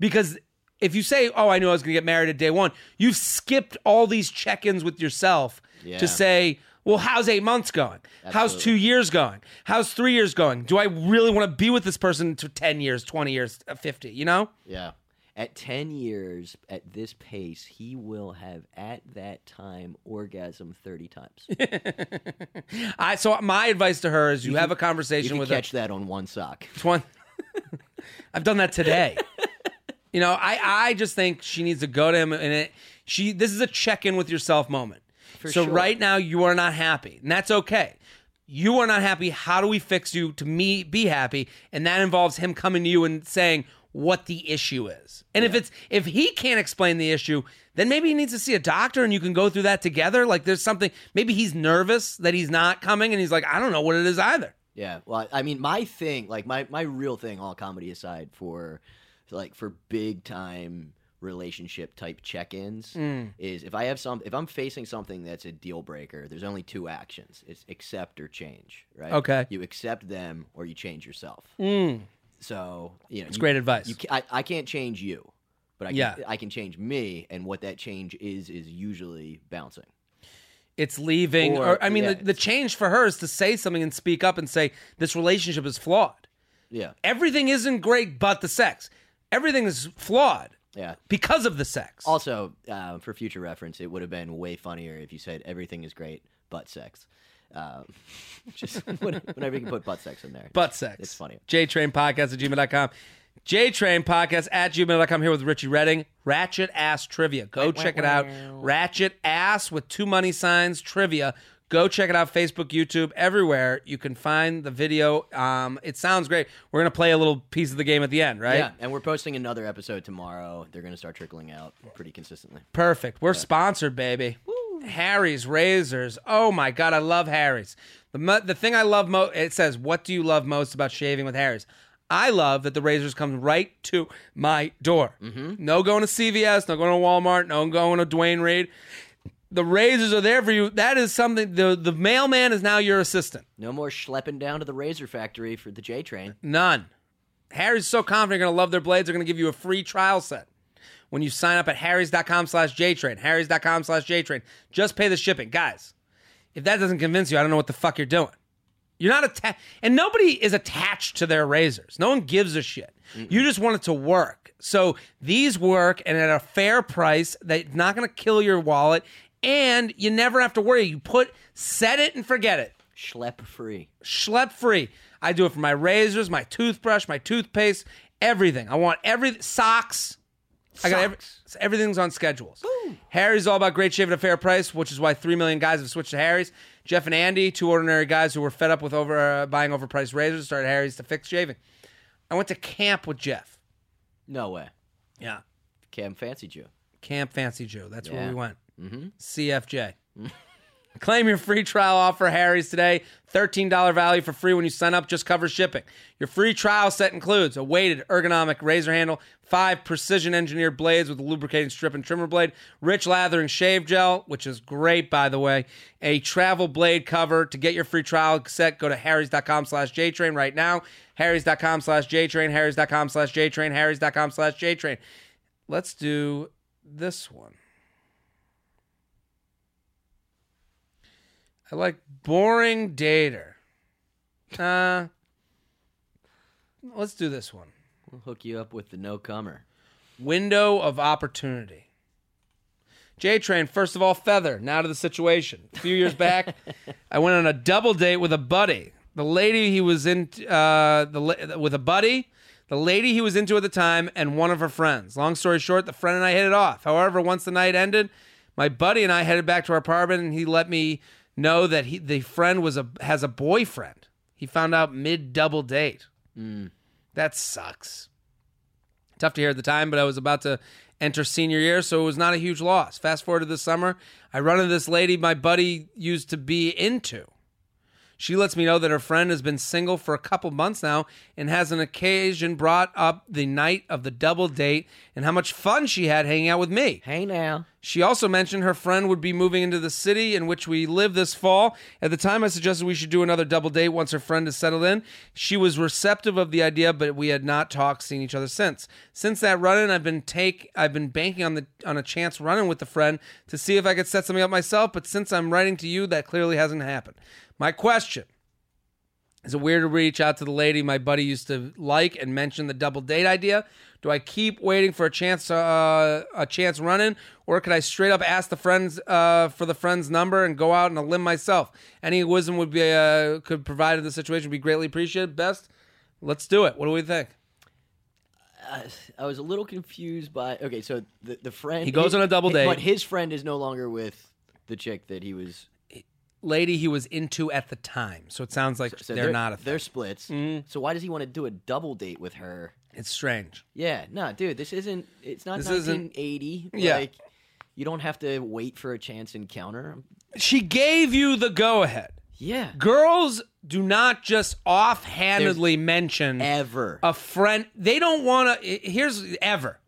B: because if you say oh i knew i was going to get married at day one you've skipped all these check-ins with yourself
C: Yeah.
B: to say well, how's eight months going? How's two years going? How's three years going? Do I really want to be with this person for 10 years, 20 years, uh, 50? You know?
C: Yeah. At 10 years, at this pace, he will have at that time orgasm 30 times. You
B: I So, my advice to her is you, have a conversation
C: can
B: with her.
C: catch that on one sock.
B: It's one. I've done that today. you know, I I just think she needs to go to him and it. She this is a check in with yourself moment. so
C: sure.
B: right now you are not happy, and that's okay. You are not happy. How do we fix you to me be happy? And that involves him coming to you and saying what the issue is. And if it's if he can't explain the issue, then maybe he needs to see a doctor and you can go through that together. Like there's something maybe he's nervous that he's not coming and he's like, I don't know what it is either.
C: Yeah. Well, I mean, my thing, like my, my real thing, all comedy aside, for like for big time relationship type check ins
B: Mm.
C: is if I have some, if I'm facing something that's a deal breaker, there's only two actions it's accept or change, right?
B: Okay. Mm.
C: You accept them or you change yourself. So, you know, it's
B: great advice.
C: You, ca- I, I can't change you, but I can,
B: Yeah.
C: I can change me, and what that change is is usually bouncing.
B: it's leaving or,
C: Or-
B: i mean
C: yeah,
B: the, the change for her is to say something and speak up and say this relationship is flawed
C: Yeah,
B: everything isn't great but the sex everything is flawed
C: yeah.
B: because of the sex
C: Also, uh, for future reference, it would have been way funnier if you said everything is great but sex. Um, just when- whenever you can put butt sex in there.
B: but sex
C: It's funnier.
B: jtrain podcast at gmail.com jtrain podcast at gmail.com here with richie redding ratchet ass trivia go check it out ratchet ass with two money signs trivia go check it out facebook youtube everywhere you can find the video um, it sounds great we're gonna play a little piece of the game at the end right
C: yeah, and we're posting another episode tomorrow. They're going to start trickling out pretty consistently.
B: Perfect. We're sponsored, baby. Harry's razors. Oh my god, I love Harry's. The mo- the thing I love most. It says, "What do you love most about shaving with Harry's?" I love that the razors come right to my door. No going to CVS. No going to Walmart. No going to Dwayne Reed. The razors are there for you. That is something. The the mailman is now your assistant.
C: No more schlepping down to the razor factory for the J train.
B: None. Harry's so confident you're going to love their blades, they're going to give you a free trial set. When you sign up at harrys.com slash jtrain, harrys.com slash jtrain, just pay the shipping. Guys, if that doesn't convince you, I don't know what the fuck you're doing. You're not attached, and nobody is attached to their razors. No one gives a shit. You just want it to work. So these work and at a fair price that's not going to kill your wallet, and you never have to worry. You put, set it and forget it
C: Schlep free.
B: schlep free. I do it for my razors, my toothbrush, my toothpaste, everything. I want every socks. I got every, everything's on schedules. Harry's all about great shave at a fair price, which is why three million guys have switched to Harry's. Jeff and Andy, two ordinary guys who were fed up with over uh, buying overpriced razors, started Harry's to fix shaving. I went to camp with Jeff.
C: No way.
B: Yeah,
C: Cam fancied you.
B: Camp Fancy Joe. That's where
C: Yeah.
B: we went. Mm-hmm. CFJ. Claim your free trial offer, Harry's today. $13 value for free when you sign up. Just cover shipping. Your free trial set includes a weighted ergonomic razor handle, five precision engineered blades with a lubricating strip and trimmer blade, rich lathering shave gel, which is great, by the way, a travel blade cover. To get your free trial set, go to harrys.com slash jtrain right now. harrys.com slash jtrain, harrys.com slash jtrain, harrys.com slash jtrain. Let's do this one. I like boring dater. Uh, let's do this one.
C: We'll hook you up with the no comer.
B: Window of opportunity. J Train, first of all, feather. Now to the situation. A few years back, I went on a double date with a buddy. The lady he was in uh, the la- with a buddy, the lady he was into at the time, and one of her friends. Long story short, the friend and I hit it off. However, once the night ended, my buddy and I headed back to our apartment, and he let me know that he, the friend was a has a boyfriend. He found out mid double date. That sucks tough to hear at the time, but I was about to enter senior year, so it was not a huge loss. Fast forward to this summer, I run into this lady my buddy used to be into. She lets me know that her friend has been single for a couple months now and has an occasion brought up the night of the double date and how much fun she had hanging out with me.
C: Hey now.
B: She also mentioned her friend would be moving into the city in which we live this fall. At the time, I suggested we should do another double date once her friend is settled in. She was receptive of the idea, but we had not talked, seen each other since. Since that run-in, I've been take, I've been banking on the on a chance run-in with the friend to see if I could set something up myself. But since I'm writing to you, that clearly hasn't happened. My question: is it weird to reach out to the lady my buddy used to like and mention the double date idea? Do I keep waiting for a chance uh, a chance running, or could I straight up ask the friends uh, for the friend's number and go out on a limb myself? Any wisdom would be uh, could provide in the situation would be greatly appreciated. Best, let's do it. What do we think?
C: I was a little confused by. Okay, so the, the friend
B: He goes on a double
C: hi-
B: date.
C: but his friend is no longer with the chick that he was.
B: Lady he was into at the time, so it sounds like
C: So
B: they're, not a thing.
C: They're splits. So why does he want to do a double date with her?
B: It's strange.
C: Yeah, no, dude, this isn't. It's not
B: This isn't-
C: 1980.
B: Yeah.
C: Like, you don't have to wait for a chance encounter.
B: She gave you the go ahead.
C: Yeah,
B: Girls do not just offhandedly mention
C: ever,
B: a friend they don't want to here's ever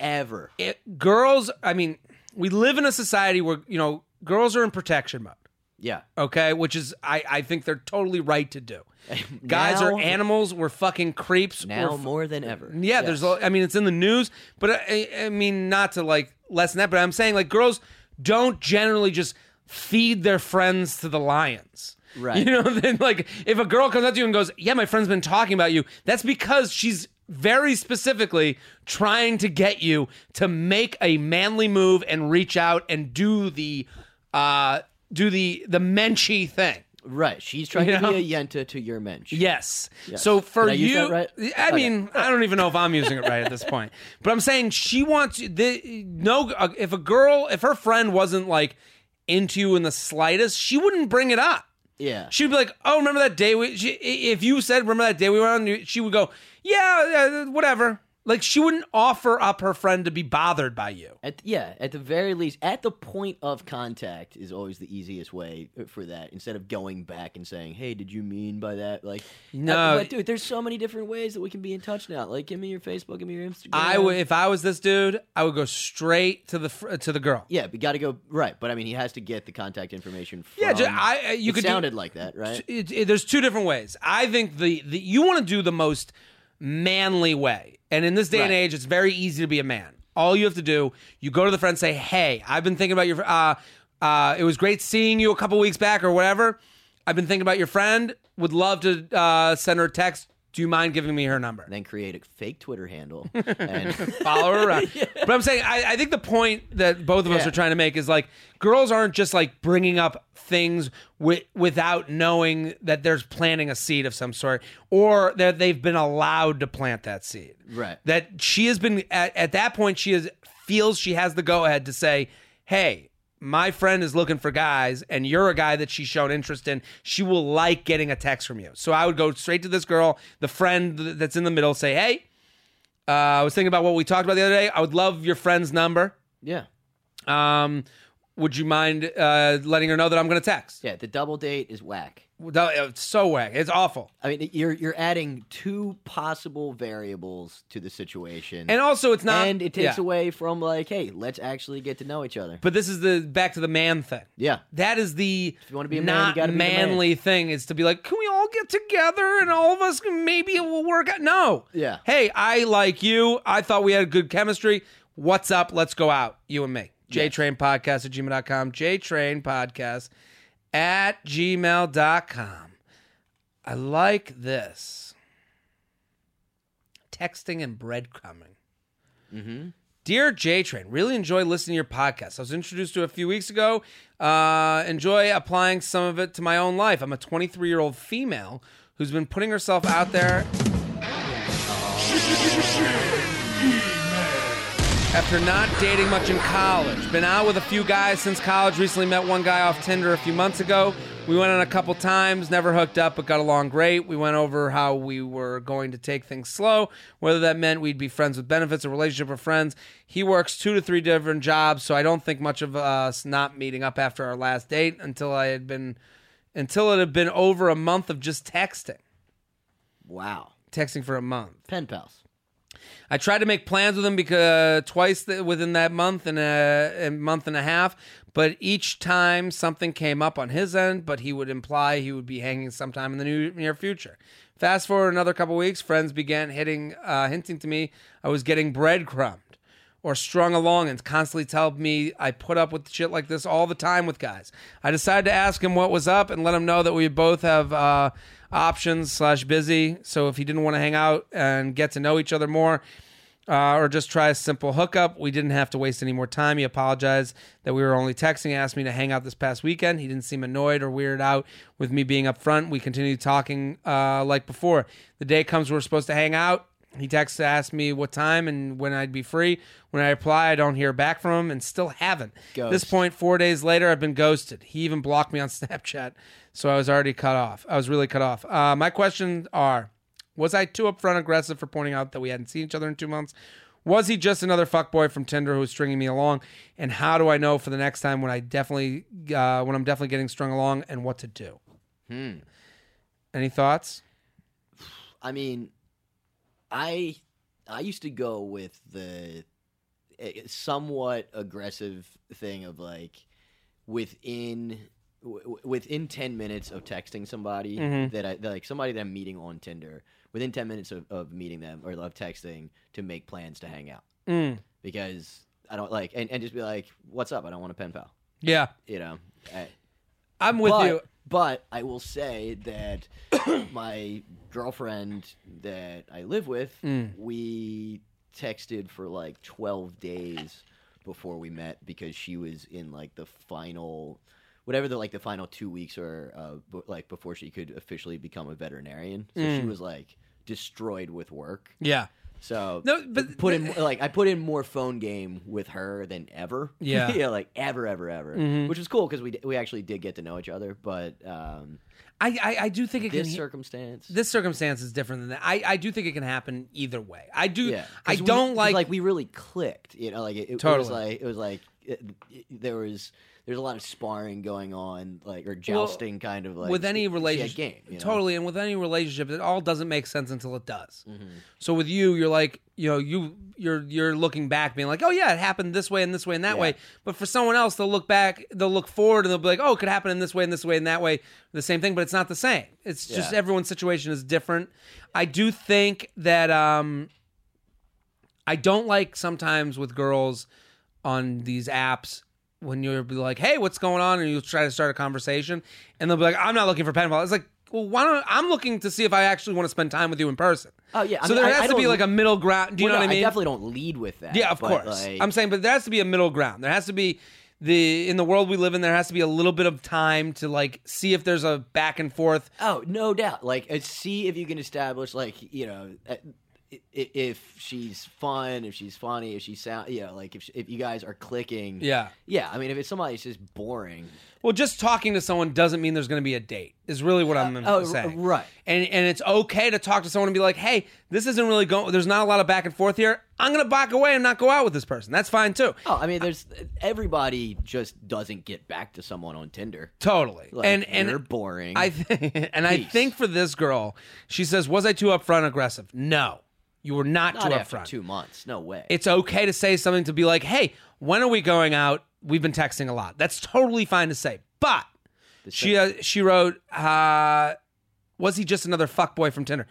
C: ever.
B: It- girls i mean we live in a society where you know girls are in protection mode
C: Yeah,
B: okay which is i i think they're totally right to do guys are
C: Now-
B: animals we're fucking creeps
C: now
B: we're f-
C: more than ever.
B: yeah there's
C: Yes.
B: a- i mean it's in the news but I, I- I mean not to like lessen that but i'm saying like girls don't generally just feed their friends to the lions
C: Right.
B: you know then like if a girl comes up to you and goes yeah my friend's been talking about you that's because she's very specifically trying to get you to make a manly move and reach out and do the uh do the the menschy thing
C: right. She's trying
B: You
C: to
B: know?
C: be a yenta to your mensch.
B: Yes. So for
C: Did I
B: you,
C: use that right?
B: I
C: Okay.
B: mean, I don't even know if I'm using it right at this point. But I'm saying she wants you- the no. uh, If a girl, if her friend wasn't like into you in the slightest, she wouldn't bring it up.
C: Yeah.
B: She'd be like, "Oh, remember that day we?" She, if you said, "Remember that day we were on," you- she would go, "Yeah, uh, whatever." Like she wouldn't offer up her friend to be bothered by you.
C: At, yeah, at the very least, at the point of contact is always the easiest way for that. Instead of going back and saying, "Hey, did you mean by that?" Like,
B: No.
C: but dude, there's so many different ways that we can be in touch now. Like, give me your Facebook, give me your Instagram.
B: I would, if I was this dude, I would go straight to the fr- to the girl.
C: Yeah, we got to go right. But I mean, he has to get the contact information. From,
B: Yeah, ju- I- uh, you
C: it
B: could do-
C: sounded like that, right?
B: It, it- there's two different ways. I think the, the you want to do the most manly way, and in this day and
C: Right.
B: age, it's very easy to be a man. All you have to do, you go to the friend, and say, "Hey, I've been thinking about your. Uh, uh, it was great seeing you a couple weeks back, or whatever. I've been thinking about your friend. Would love to uh, send her a text Do you mind giving me her number?
C: then create a fake Twitter handle. And
B: follow her around. But I'm saying, I, I think the point that both of us
C: Yeah.
B: are trying to make is like, girls aren't just like bringing up things wi- without knowing that there's planting a seed of some sort or that they've been allowed to plant that seed.
C: Right.
B: That she has been, at, at that point, she is, feels she has the go ahead to say, hey, my friend is looking for guys, and you're a guy that she's shown interest in. She will like getting a text from you. So I would go straight to this girl, the friend th- that's in the middle, say, hey, uh, I was thinking about what we talked about the other day. I would love your friend's number.
C: yeah.
B: Um, would you mind uh, letting her know that I'm going to text?
C: Yeah, the double date is whack.
B: That- It's so whack. It's awful.
C: I mean, you're you're adding two possible variables to the situation.
B: And also, it's not.
C: And it takes
B: yeah.
C: away from like, hey, let's actually get to know each other.
B: But this is the back to the man thing.
C: yeah.
B: That is the
C: you wanna be a man, you
B: not
C: gotta be the man.
B: manly thing is to be like, can we all get together and all of us can maybe it will work out? No.
C: Yeah.
B: Hey, I like you. I thought we had good chemistry. What's up? Let's go out, you and me. JTrain Podcast at gmail.com. JTrain Podcast at gmail.com. I like this. Texting and breadcrumbing. Dear J Train, really enjoy listening to your podcast. I was introduced to it a few weeks ago. Uh, enjoy applying some of it to my own life. I'm a 23 year old female who's been putting herself out there. After not dating much in college, been out with a few guys since college. Recently met one guy off Tinder a few months ago. We went on a couple times, never hooked up, but got along great. We went over how we were going to take things slow, whether that meant we'd be friends with benefits, a relationship with friends. He works two to three different jobs, so I don't think much of us not meeting up after our last date until I had been, until it had been over a month of just texting,
C: Wow.
B: texting for a month.
C: Pen pals.
B: I tried to make plans with him because twice th- within that month and a, a month and a half, but each time something came up on his end, but he would imply he would be hanging sometime in the new, near future. Fast forward another couple weeks, friends began hitting, uh, hinting to me I was getting breadcrumbed or strung along and constantly tell me I put up with shit like this all the time with guys. I decided to ask him what was up and let him know that we both have uh, options slash busy. So if he didn't want to hang out and get to know each other more, uh, or just try a simple hookup. We didn't have to waste any more time. He apologized that we were only texting, asked me to hang out this past weekend. He didn't seem annoyed or weirded out with me being up front. We continued talking uh, like before. The day comes we're supposed to hang out. He texts to ask me what time and when I'd be free. When I reply, I don't hear back from him and still haven't. At this
C: Ghost.
B: point, four days later, I've been ghosted. He even blocked me on Snapchat, so I was already cut off. I was really cut off. Uh, my questions are Was I too upfront aggressive for pointing out that we hadn't seen each other in two months? Was he just another fuckboy from Tinder who was stringing me along? And how do I know for the next time when I definitely uh, when I'm definitely getting strung along and what to do? Any thoughts?
C: I mean, I I used to go with the eh, somewhat aggressive thing of like within w- w- within 10 minutes of texting somebody that I that, like somebody that I'm meeting on Tinder within 10 minutes of, of meeting them or of texting to make plans to hang out
B: Mm,
C: because I don't like and, and just be like what's up I don't want a pen pal
B: Yeah,
C: you know I,
B: I'm with
C: but,
B: you.
C: But I will say that my girlfriend that I live with,
B: Mm.
C: we texted for like 12 days before we met because she was in like the final whatever the like the final 2 weeks or uh, b- like before she could officially become a veterinarian. So
B: Mm.
C: she was like destroyed with work.
B: Yeah,
C: So
B: No, but-
C: put in like I put in more phone game with her than ever.
B: Yeah. Mm-hmm.
C: yeah, like ever, ever, ever, which was cool because we d- we actually did get to know each other. But um,
B: I I, I do think it
C: this
B: can.
C: circumstance,
B: this circumstance is different than that. I, I do think it can happen either way. I do.
C: yeah, 'Cause
B: I
C: we-
B: don't
C: 'cause,
B: like.
C: like we really clicked. You know, like it, it was
B: Totally.
C: like it was like it, it- there was there's a lot of sparring going on, like or jousting kind of like
B: with any
C: she had
B: relationship,
C: game you know?
B: totally, and with any relationship, it all doesn't make sense until it does.
C: Mm-hmm.
B: So with you, you're like, you know, you you're you're looking back, being like, oh yeah, it happened this way and this way and that way. But for someone else, they'll look back, they'll look forward, and they'll be like, oh, it could happen in this way and this way and that way, the same thing, but it's not the same. It's just
C: Yeah.
B: everyone's situation is different. I do think that um, I don't like sometimes with girls on these apps when you'll be like, "Hey, what's going on?" and you'll try to start a conversation, and they'll be like, "I'm not looking for pen pal." It's like, well, why don't I'm looking to see if I actually want to spend time with you in person.
C: Oh, yeah, I
B: so
C: mean,
B: there
C: I-
B: has
C: I
B: to be
C: don't-
B: like a middle ground. Do you
C: Well,
B: know
C: no,
B: what I mean?
C: definitely don't lead with that.
B: Yeah, of
C: but,
B: course.
C: like,
B: I'm saying, but there has to be a middle ground. There has to be the in the world we live in. There has to be a little bit of time to like see if there's a back and forth.
C: Oh, no doubt. Like, uh, see if you can establish, like, you know, uh, i- i- if she's fun, if she's funny, if she sound, you know, like if sh- if you guys are clicking.
B: Yeah.
C: Yeah. I mean, if it's somebody that's just boring.
B: Well, just talking to someone doesn't mean there's going to be a date. Is really what I'm
C: oh, r-
B: saying.
C: right.
B: And and it's okay to talk to someone and be like, hey, this isn't really going. There's not a lot of back and forth here. I'm going to back away and not go out with this person. That's fine too.
C: Oh, I mean, there's everybody just doesn't get back to someone on Tinder.
B: Totally.
C: Like,
B: and and
C: you're boring.
B: I th- and I
C: Peace.
B: think for this girl, she says, "Was I too upfront aggressive?" No, you were not,
C: Not
B: too
C: after
B: upfront.
C: two months. No way.
B: it's okay to say something to be like, hey, when are we going out? We've been texting a lot. That's totally fine to say. But she uh, she wrote, uh, was he just another fuckboy from Tinder?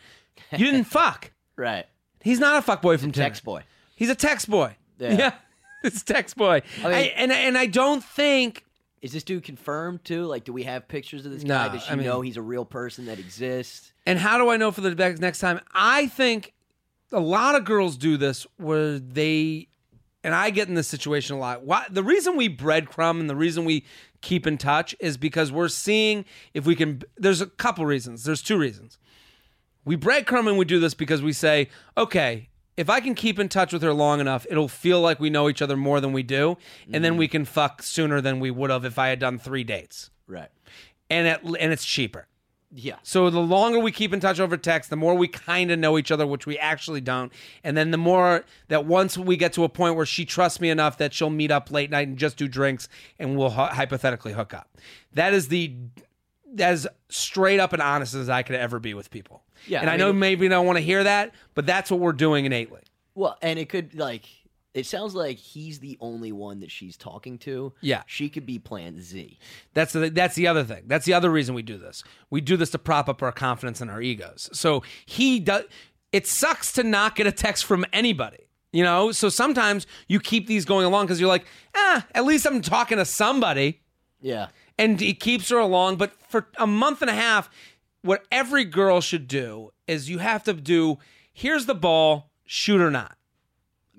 B: You didn't fuck.
C: right.
B: He's not a fuckboy from Tinder.
C: Text boy.
B: He's a text boy.
C: Yeah.
B: It's text boy.
C: mean-
B: I, and and I don't think
C: Is this dude confirmed too? Like, do we have pictures of this
B: Nah,
C: guy? Does she
B: I mean-
C: know he's a real person that exists?
B: And how do I know for the back- next time? I think a lot of girls do this where they, and I get in this situation a lot. Why, the reason we breadcrumb and the reason we keep in touch is because we're seeing if we can. There's a couple reasons. There's two reasons. We breadcrumb and we do this because we say, okay, if I can keep in touch with her long enough, it'll feel like we know each other more than we do. And then we can fuck sooner than we would have if I had done three dates.
C: Right.
B: And, it, and it's cheaper.
C: Yeah.
B: So the longer we keep in touch over text, the more we kind of know each other, which we actually don't. And then the more that once we get to a point where she trusts me enough that she'll meet up late night and just do drinks and we'll hy- hypothetically hook up. That is the as straight up and honest as I could ever be with people.
C: Yeah,
B: and I,
C: I
B: know
C: mean-
B: maybe you don't want to hear that, but that's what we're doing innately.
C: Well, and it could like it sounds like he's the only one that she's talking to.
B: Yeah.
C: She could be plan Z.
B: That's the that's the other thing. That's the other reason we do this. We do this to prop up our confidence and our egos. So he does. It sucks to not get a text from anybody. You know. So sometimes you keep these going along because you're like, ah, at least I'm talking to somebody,
C: Yeah.
B: and it keeps her along. But for a month and a half, what every girl should do is you have to do. Here's the ball, shoot or not.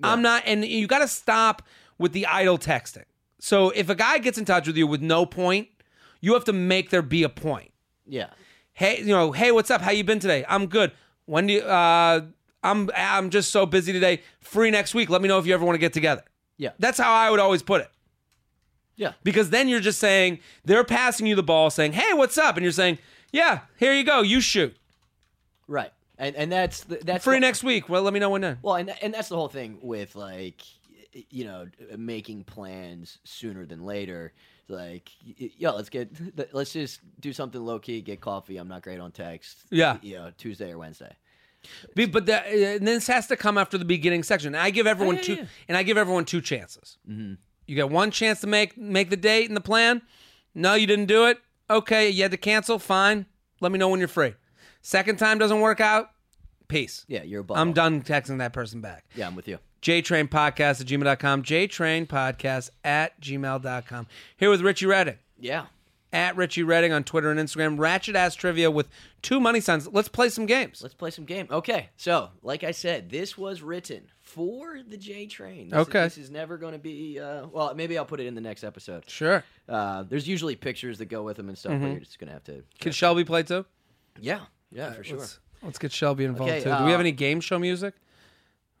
B: I'm not, and you got to stop with the idle texting. So if a guy gets in touch with you with no point, you have to make there be a point.
C: Yeah.
B: Hey, you know, hey, what's up? How you been today? I'm good. When do you? Uh, I'm I'm just so busy today. Free next week. Let me know if you ever want to get together.
C: Yeah.
B: That's how I would always put it.
C: Yeah.
B: Because then you're just saying they're passing you the ball, saying, "Hey, what's up?" And you're saying, "Yeah, here you go. You shoot.
C: Right. And and that's the, that's
B: Free
C: the-
B: next week. Well, let me know when then."
C: Well, and tha- and that's the whole thing with like y- you know making plans sooner than later. Like y- y- yo, let's get let's just do something low key, get coffee. I'm not great on text.
B: Yeah.
C: You know, Tuesday or Wednesday.
B: Be, but the, uh, and this has to come after the beginning section. And I give everyone two, and I give everyone two chances. You got one chance to make make the date and the plan. No, you didn't do it. Okay, you had to cancel. Fine. Let me know when you're free. Second time doesn't work out. Peace.
C: Yeah, you're a butthole.
B: I'm done texting that person back.
C: Yeah, I'm with you.
B: JTrain Podcast at gmail.com. JTrain Podcast at gmail.com. Here with Richie Redding
C: Yeah.
B: At Richie Redding on Twitter and Instagram. Ratchet Ass Trivia with two money signs. Let's play some games.
C: Let's play some game. Okay, so like I said, this was written for the J Train. This
B: Okay.
C: is, this is never going to be. Uh, well, maybe I'll put it in the next episode.
B: sure.
C: Uh, there's usually pictures that go with them and stuff.
B: Mm-hmm.
C: But you're just going to have to.
B: Can Shelby play too?
C: Yeah, yeah, for sure.
B: Let's, let's get Shelby involved
C: Okay,
B: too. Do we have
C: uh,
B: any game show music?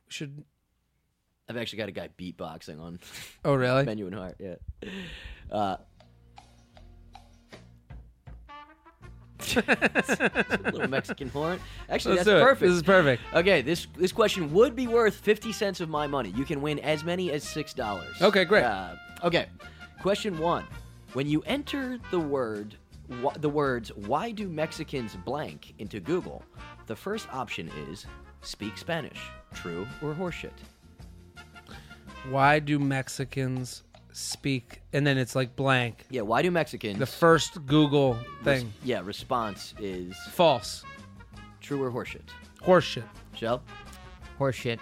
B: We should.
C: I've actually got a guy beatboxing on
B: Oh, really?
C: Menu and Heart. Yeah. Uh, it's a little Mexican horn. Actually,
B: Let's
C: that's
B: do it.
C: perfect.
B: This is perfect.
C: Okay, this this question would be worth fifty cents of my money. You can win as many as six dollars.
B: Okay, great.
C: Uh, okay, question one: When you enter the word, wh- the words "Why do Mexicans blank" into Google, the first option is "Speak Spanish." True or horseshit?
B: Why do Mexicans speak? And then it's like blank.
C: Yeah. Why do Mexicans?
B: The first Google
C: res-
B: thing.
C: yeah. Response is
B: False.
C: true or horseshit.
B: Horseshit.
C: Shell.
D: Horseshit.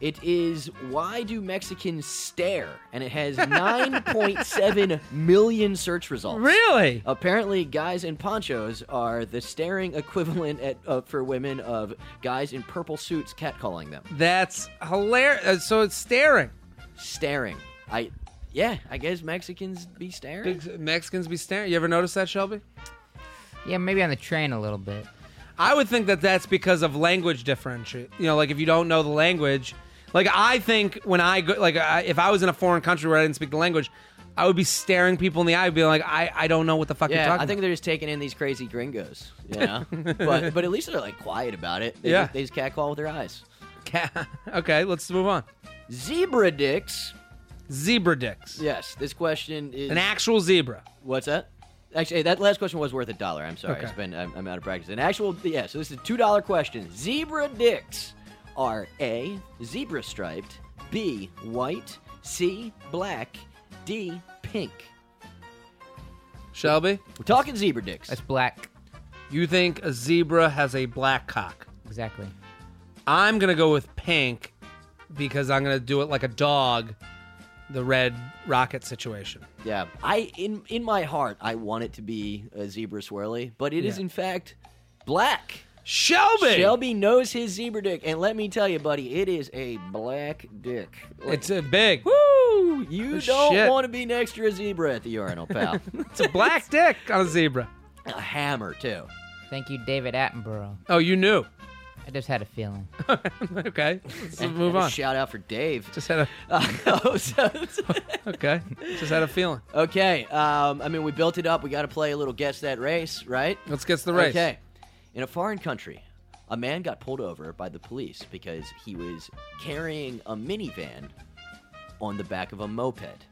C: It is Why Do Mexicans Stare? And it has 9.7 million search results.
B: Really?
C: Apparently, guys in ponchos are the staring equivalent at, uh, for women of guys in purple suits catcalling them.
B: That's hilarious. So it's staring.
C: Staring. I, yeah, I guess Mexicans be staring.
B: Big- Mexicans be staring. You ever notice that, Shelby?
D: Yeah, maybe on the train a little bit.
B: I would think that that's because of language differentiate. You know, like if you don't know the language, like I think when I go, like I, if I was in a foreign country where I didn't speak the language, I would be staring people in the eye, being like, I, I don't know what the fuck you're
C: Yeah,
B: talking.
C: I think they're just taking in these crazy gringos, you know. but but at least they're like quiet about it. They
B: Yeah.
C: just, they just catcall with their eyes.
B: about. okay, let's move on.
C: Zebra dicks.
B: Zebra dicks.
C: Yes, this question is
B: An actual zebra.
C: What's that? Actually, that last question was worth a dollar. I'm sorry.
B: Okay.
C: It's been I'm, I'm out of practice. An actual yeah. So this is a two dollar question. Zebra dicks are a zebra striped, b white, c black, d pink.
B: Shelby,
C: We're talking zebra dicks.
D: That's black.
B: you think a zebra has a black cock?
D: Exactly.
B: I'm gonna go with pink because I'm gonna do it like a dog, the red rocket situation.
C: yeah. I in in my heart I want it to be a zebra swirly, but it is
B: Yeah.
C: in fact black.
B: Shelby.
C: Shelby knows his zebra dick, and let me tell you, buddy, it is a black dick. Like,
B: It's a big.
C: Woo! You
B: shit.
C: don't want to be next to a zebra at the urinal, pal.
B: It's a black dick on a zebra.
C: a hammer too.
D: Thank you, David Attenborough.
B: Oh, you knew.
D: I just had a feeling.
B: okay, let's move
C: And a
B: on.
C: Shout out for Dave.
B: Just had a
C: Uh, so-
B: okay. Just had a feeling.
C: okay. Um, I mean, we built it up. We got to play a little guess that race, right?
B: Let's get to the race.
C: Okay. In a foreign country, a man got pulled over by the police because he was carrying a minivan on the back of a moped.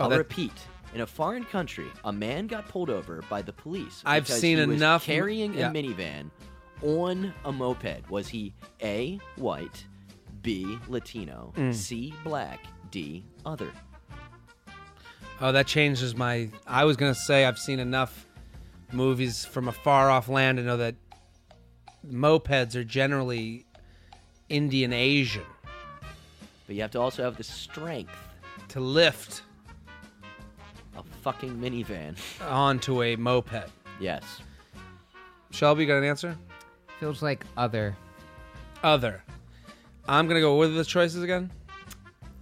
B: Oh,
C: I'll
B: that-
C: repeat. In a foreign country, a man got pulled over by the police.
B: I've
C: because
B: seen
C: he was
B: enough-
C: carrying
B: yeah.
C: a minivan on a moped. Was he A white, B Latino,
B: Mm.
C: C black, D other?
B: Oh, that changes my. I was gonna say I've seen enough movies from a far off land to know that mopeds are generally Indian Asian
C: But you have to also have the strength
B: to lift
C: of fucking minivan.
B: onto a moped.
C: Yes.
B: Shelby, you got an answer?
D: Feels like other.
B: Other. I'm gonna go. What are the choices again?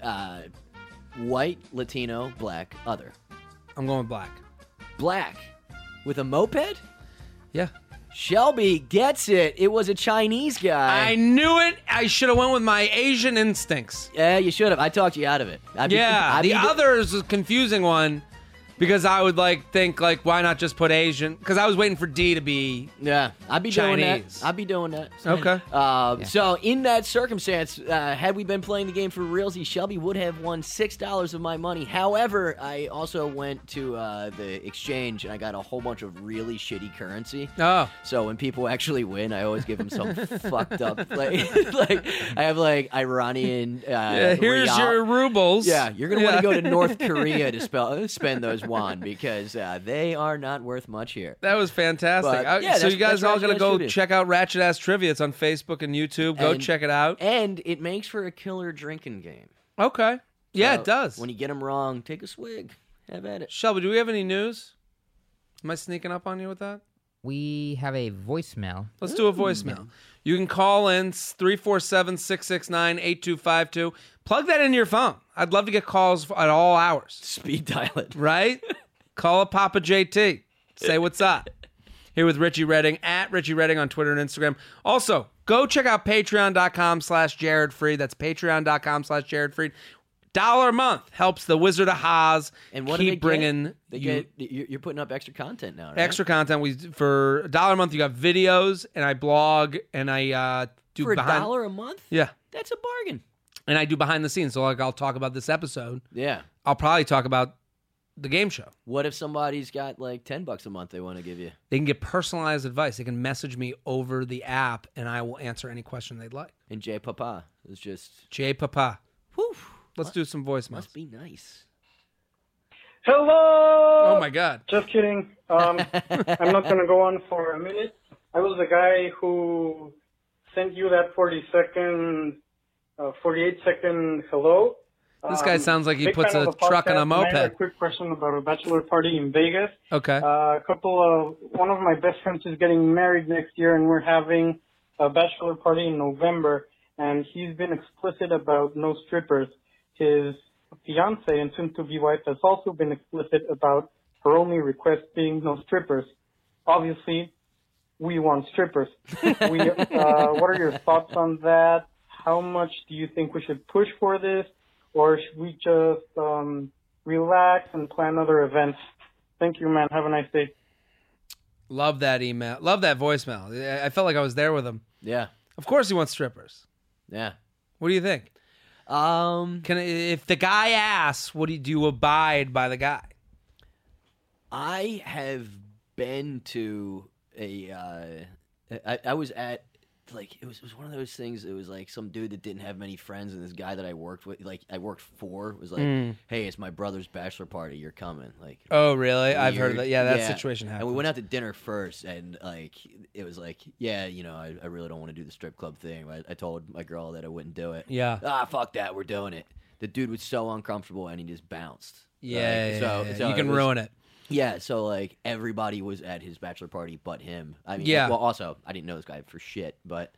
C: Uh, white, Latino, black, other.
B: I'm going black.
C: Black with a moped?
B: Yeah.
C: Shelby gets it. It was a Chinese guy.
B: I knew it. I should have went with my Asian instincts.
C: Yeah, you should have. I talked you out of it. I be-
B: Yeah,
C: I
B: the
C: be-
B: other is a confusing one because I would like think like why not just put Asian? Because I was waiting for D to be
C: Yeah, I'd be doing
B: Chinese.
C: that. I'd be doing that.
B: Okay.
C: Uh, So in that circumstance, uh, had we been playing the game for realsy, Shelby would have won six dollars of my money. However, I also went to uh, the exchange and I got a whole bunch of really shitty currency.
B: oh
C: So when people actually win, I always give them some fucked up like like I have like Iranian. Uh,
B: yeah, here's
C: rial-
B: your rubles.
C: yeah, you're gonna want
B: Yeah.
C: to go to North Korea to spell, spend those won because uh, they are not worth much here.
B: That was fantastic.
C: But,
B: I-
C: yeah,
B: so
C: that's-
B: you guys
C: that's
B: all
C: Ratchet
B: gotta
C: Ass
B: go
C: Trivia.
B: check out Ratchet Ass Trivia. It's on Facebook and YouTube. Go
C: And-
B: check it out.
C: And it makes for a killer drinking game.
B: Okay. Yeah,
C: So
B: it does.
C: When you get them wrong, take a swig. Have at it.
B: Shelby, do we have any news? Am I sneaking up on you with that?
D: We have a voicemail.
B: Let's do a voicemail. You can call in 347 669 8252. Plug that into your phone. I'd love to get calls at all hours.
C: Speed dial it.
B: right? Call up Papa JT. Say what's up. Here with Richie Redding at Richie Redding on Twitter and Instagram. Also, go check out patreon.com slash Jared Freed. That's patreon.com slash Jared Freed. Dollar a month helps the Wizard of Haas
C: And what do
B: keep
C: they get?
B: bringing
C: They
B: you
C: get- you- you're putting up extra content now, right?
B: extra content. We For a dollar a month, you got videos and I blog and I uh, do
C: for a
B: behind.
C: dollar a month.
B: Yeah.
C: that's a bargain.
B: And I do behind the scenes. So like I'll talk about this episode.
C: Yeah.
B: I'll probably talk about the game show.
C: What if somebody's got like ten bucks a month they want to give you?
B: They can get personalized advice. They can message me over the app, and I will answer any question they'd like.
C: And Jay Papa is just,
B: Jay Papa,
C: whew,
B: let's do some voicemails.
C: must be nice.
E: Hello.
B: Oh my god!
E: Just kidding. Um, I'm not gonna go on for a minute. I was the guy who sent you that 40 second uh, 48 second hello. Um,
B: This guy sounds like he
E: big
B: puts
E: fan
B: a
E: of the
B: truck on a
E: podcast, and I had
B: moped.
E: a quick question about a bachelor party in Vegas.
B: Okay.
E: Uh, a couple of one of my best friends is getting married next year, and we're having a bachelor party in November. And he's been explicit about no strippers. His fiance and soon-to-be wife has also been explicit about her only request being no strippers. Obviously, we want strippers. we, uh, what are your thoughts on that? How much do you think we should push for this, or should we just um, relax and plan other events? Thank you, man. Have a nice day.
B: Love that email. Love that voicemail. I- I felt like I was there with him.
C: Yeah.
B: Of course he wants strippers.
C: Yeah.
B: What do you think?
C: Um,
B: Can if the guy asks, what do you, do you abide by the guy?
C: I have been to a. Uh, I, I was at like it was, it was one of those things. It was like some dude that didn't have many friends, and this guy that I worked with, like I worked for, was like, "Hey, it's my brother's bachelor party. You're coming." Like.
B: Oh, really? I've
C: weird.
B: heard that. Yeah, that situation
C: And we
B: happened.
C: went out to dinner first, and like it was like, yeah, you know, I, I really don't want to do the strip club thing. I, I told my girl that I wouldn't do it.
B: Yeah.
C: Ah, fuck that. We're doing it. The dude was so uncomfortable, and he just bounced.
B: Yeah,
C: Like,
B: yeah, yeah, yeah.
C: so
B: you can
C: it was-
B: ruin it.
C: yeah, so like everybody was at his bachelor party but him. I mean,
B: Yeah.
C: Well, also I didn't know this guy for shit, but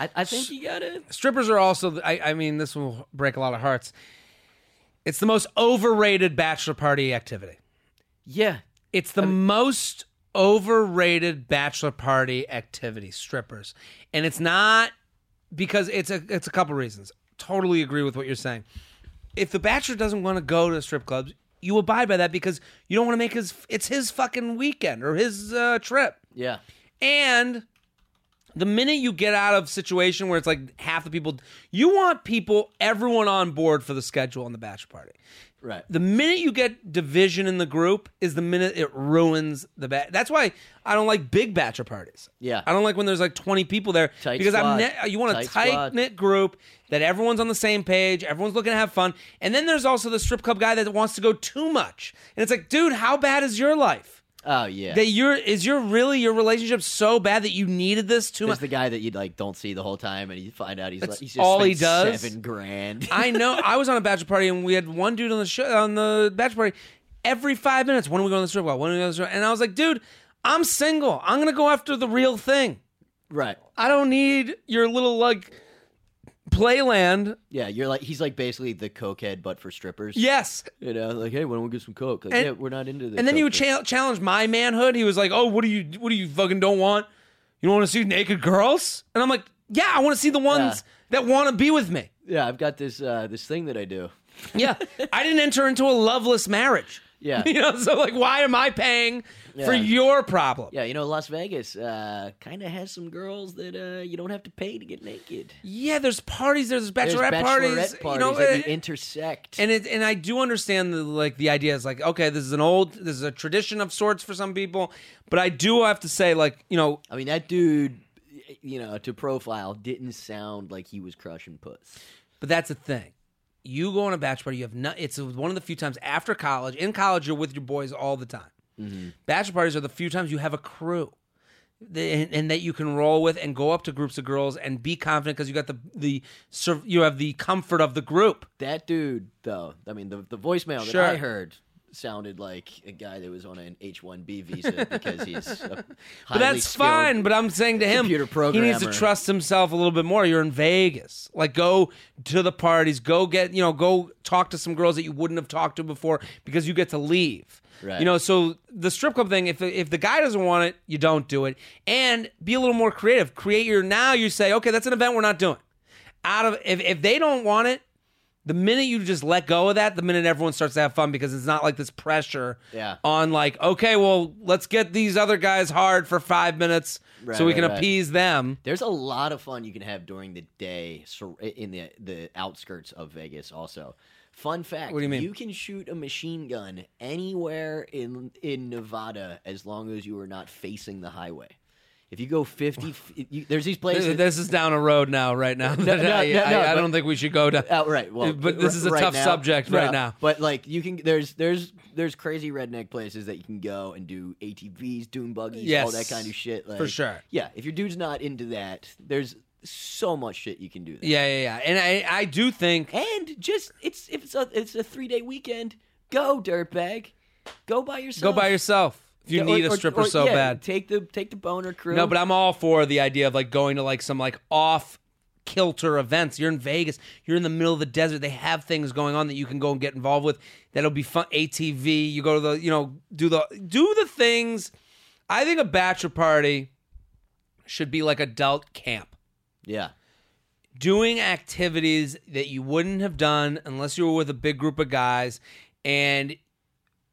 C: I, I think he got it.
B: Strippers are also. th- I, I mean, this will break a lot of hearts. It's the most overrated bachelor party activity.
C: Yeah,
B: It's the most overrated bachelor party activity, strippers. And it's not because it's a it's a couple reasons. Totally agree with what you're saying. If the bachelor doesn't want to go to strip clubs, you abide by that because you don't want to make his it's his fucking weekend or his uh, trip.
C: yeah,
B: And the minute you get out of situation where it's like half the people you want people everyone on board for the schedule on the bachelor party
C: right.
B: the minute you get division in the group is the minute it ruins the bat. That's why I don't like big bachelor parties.
C: Yeah.
B: I don't like when there's like 20 people there
C: Tight
B: because I'm
C: squad.
B: ne- you want a
C: Tight
B: tight
C: squad.
B: knit group that everyone's on the same page, everyone's looking to have fun. And then there's also the strip club guy that wants to go too much. And it's like, dude, how bad is your life?
C: oh yeah.
B: That you're is your really your relationship so bad that you needed this too
C: There's
B: much?
C: the guy that you like don't see the whole time, and you find out he's like he's just
B: all he
C: spent
B: does.
C: seven grand.
B: I know. I was on a bachelor party and we had one dude on the show on the bachelor party every five minutes. When are we going to the strip club? When are we going to the strip? club?" And I was like, dude, I'm single. I'm gonna go after the real thing.
C: right.
B: I don't need your little like playland.
C: Yeah, you're like he's like basically the cokehead, but for strippers.
B: Yes.
C: You know, like hey, why don't we get some coke? Like
B: And-
C: yeah, we're not into this.
B: And then he would
C: coke thing."
B: cha- challenge my manhood. He was like, oh, what do you what do you fucking don't want? You don't want to see naked girls? And I'm like, yeah, I want to see the ones that want to be with me.
C: Yeah, I've got this uh, this thing that I do.
B: Yeah. I didn't enter into a loveless marriage.
C: Yeah.
B: You know, so like why am I paying for
C: Yeah.
B: your problem?
C: Yeah, you know, Las Vegas uh, kind of has some girls that uh, you don't have to pay to get naked.
B: Yeah, there's parties, there's
C: There's
B: bachelorette,
C: bachelorette parties,
B: you know,
C: that
B: and-
C: you intersect.
B: and it, and I do understand the like the idea is like okay, this is an old, this is a tradition of sorts for some people, but I do have to say like you know
C: I mean, that dude, you know, to profile didn't sound like he was crushing puss.
B: But that's the thing. You go on a bachelor party, you have not, it's one of the few times after college. In college, you're with your boys all the time. Bachelor parties are the few times you have a crew the- and, and that you can roll with and go up to groups of girls and be confident because you got the, the, sur- you have the comfort of the group.
C: That dude, though, I mean, the, the voicemail
B: Sure.
C: that I heard sounded like a guy that was on an H one B visa because he's a
B: But that's fine. But I'm saying to him,
C: computer
B: he needs to
C: programmer.
B: trust himself a little bit more. You're in Vegas. Like, go to the parties. Go get, you know, go talk to some girls that you wouldn't have talked to before because you get to leave.
C: Right.
B: You know, so the strip club thing, if, if the guy doesn't want it, you don't do it. And be a little more creative. Create your now, you say, okay, that's an event we're not doing. Out of if, if they don't want it, the minute you just let go of that, the minute everyone starts to have fun because it's not like this pressure
C: Yeah.
B: on like, okay, well, let's get these other guys hard for five minutes
C: Right,
B: so we
C: right,
B: can
C: right.
B: appease them.
C: There's a lot of fun you can have during the day sur- in the the outskirts of Vegas. Also, fun fact:
B: What do you mean?
C: You can shoot a machine gun anywhere in in Nevada as long as you are not facing the highway. If you go 50, f- you, there's these places.
B: Th- This is down a road now, right now. that
C: no,
B: I,
C: no,
B: I-
C: no,
B: I
C: but-
B: don't think we should go down.
C: out Oh, right. Well,
B: but this
C: r-
B: is a
C: right
B: tough
C: now-
B: subject right
C: no,
B: now.
C: But like you can, there's there's there's crazy redneck places that you can go and do ATVs, dune buggies, all that
B: Yes,
C: kind of shit. Like,
B: for sure.
C: Yeah, if your dude's not into that, there's so much shit you can do there.
B: Yeah, yeah, yeah. And I, I do think
C: And just it's if it's a it's a three day weekend. Go dirtbag, go by
B: go
C: yourself.
B: by yourself if you
C: Yeah, or-
B: need
C: or-
B: a stripper
C: or-
B: so
C: yeah,
B: bad.
C: Take the take the boner crew.
B: No, but I'm all for the idea of like going to like some like off kilter events. You're in Vegas, you're in the middle of the desert. They have things going on that you can go and get involved with. That'll be fun. ATV. You go to the you know do the do the things. I think a bachelor party should be like adult camp.
C: yeah,
B: doing activities that you wouldn't have done unless you were with a big group of guys and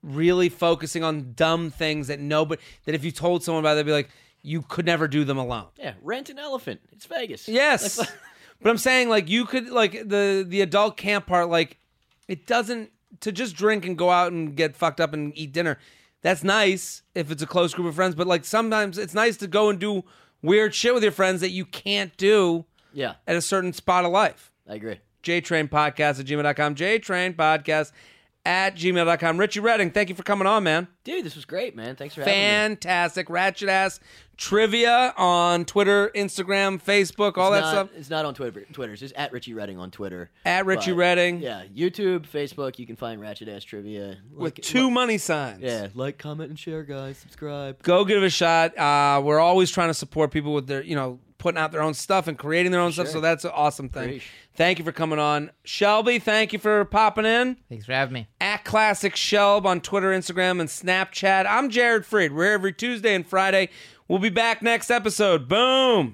B: really focusing on dumb things that nobody that if you told someone about it, they'd be like you could never do them alone
C: yeah. Rent an elephant. It's Vegas.
B: yes but i'm saying like you could like the the adult camp part like it doesn't to just drink and go out and get fucked up and eat dinner that's nice if it's a close group of friends but like sometimes it's nice to go and do weird shit with your friends that you can't do
C: Yeah,
B: at a certain spot of life
C: I agree.
B: jtrainpodcast at gmail.com. jtrainpodcast at gmail.com. Richie Redding, thank you for coming on, man.
C: Dude, this was great, man. Thanks for having me.
B: Fantastic. Ratchet ass trivia on Twitter, Instagram, Facebook, all that
C: It's not-
B: stuff.
C: It's not on Twitter. Twitter. It's just at Richie Redding on Twitter.
B: At Richie
C: But,
B: Redding
C: Yeah, YouTube, Facebook. You can find Ratchet Ass Trivia
B: with
C: Like-
B: two money signs.
C: Yeah, like, comment, and share, guys. Subscribe.
B: Go give it a shot. Uh, we're always trying to support people with their, you know, putting out their own stuff and creating their own stuff. So that's an awesome thing.
C: Preach.
B: Thank you for coming on. Shelby, thank you for popping in.
D: Thanks for having me.
B: at Classic Shelb on Twitter, Instagram, and Snapchat. I'm Jared Fried. We're here every Tuesday and Friday. We'll be back next episode. Boom.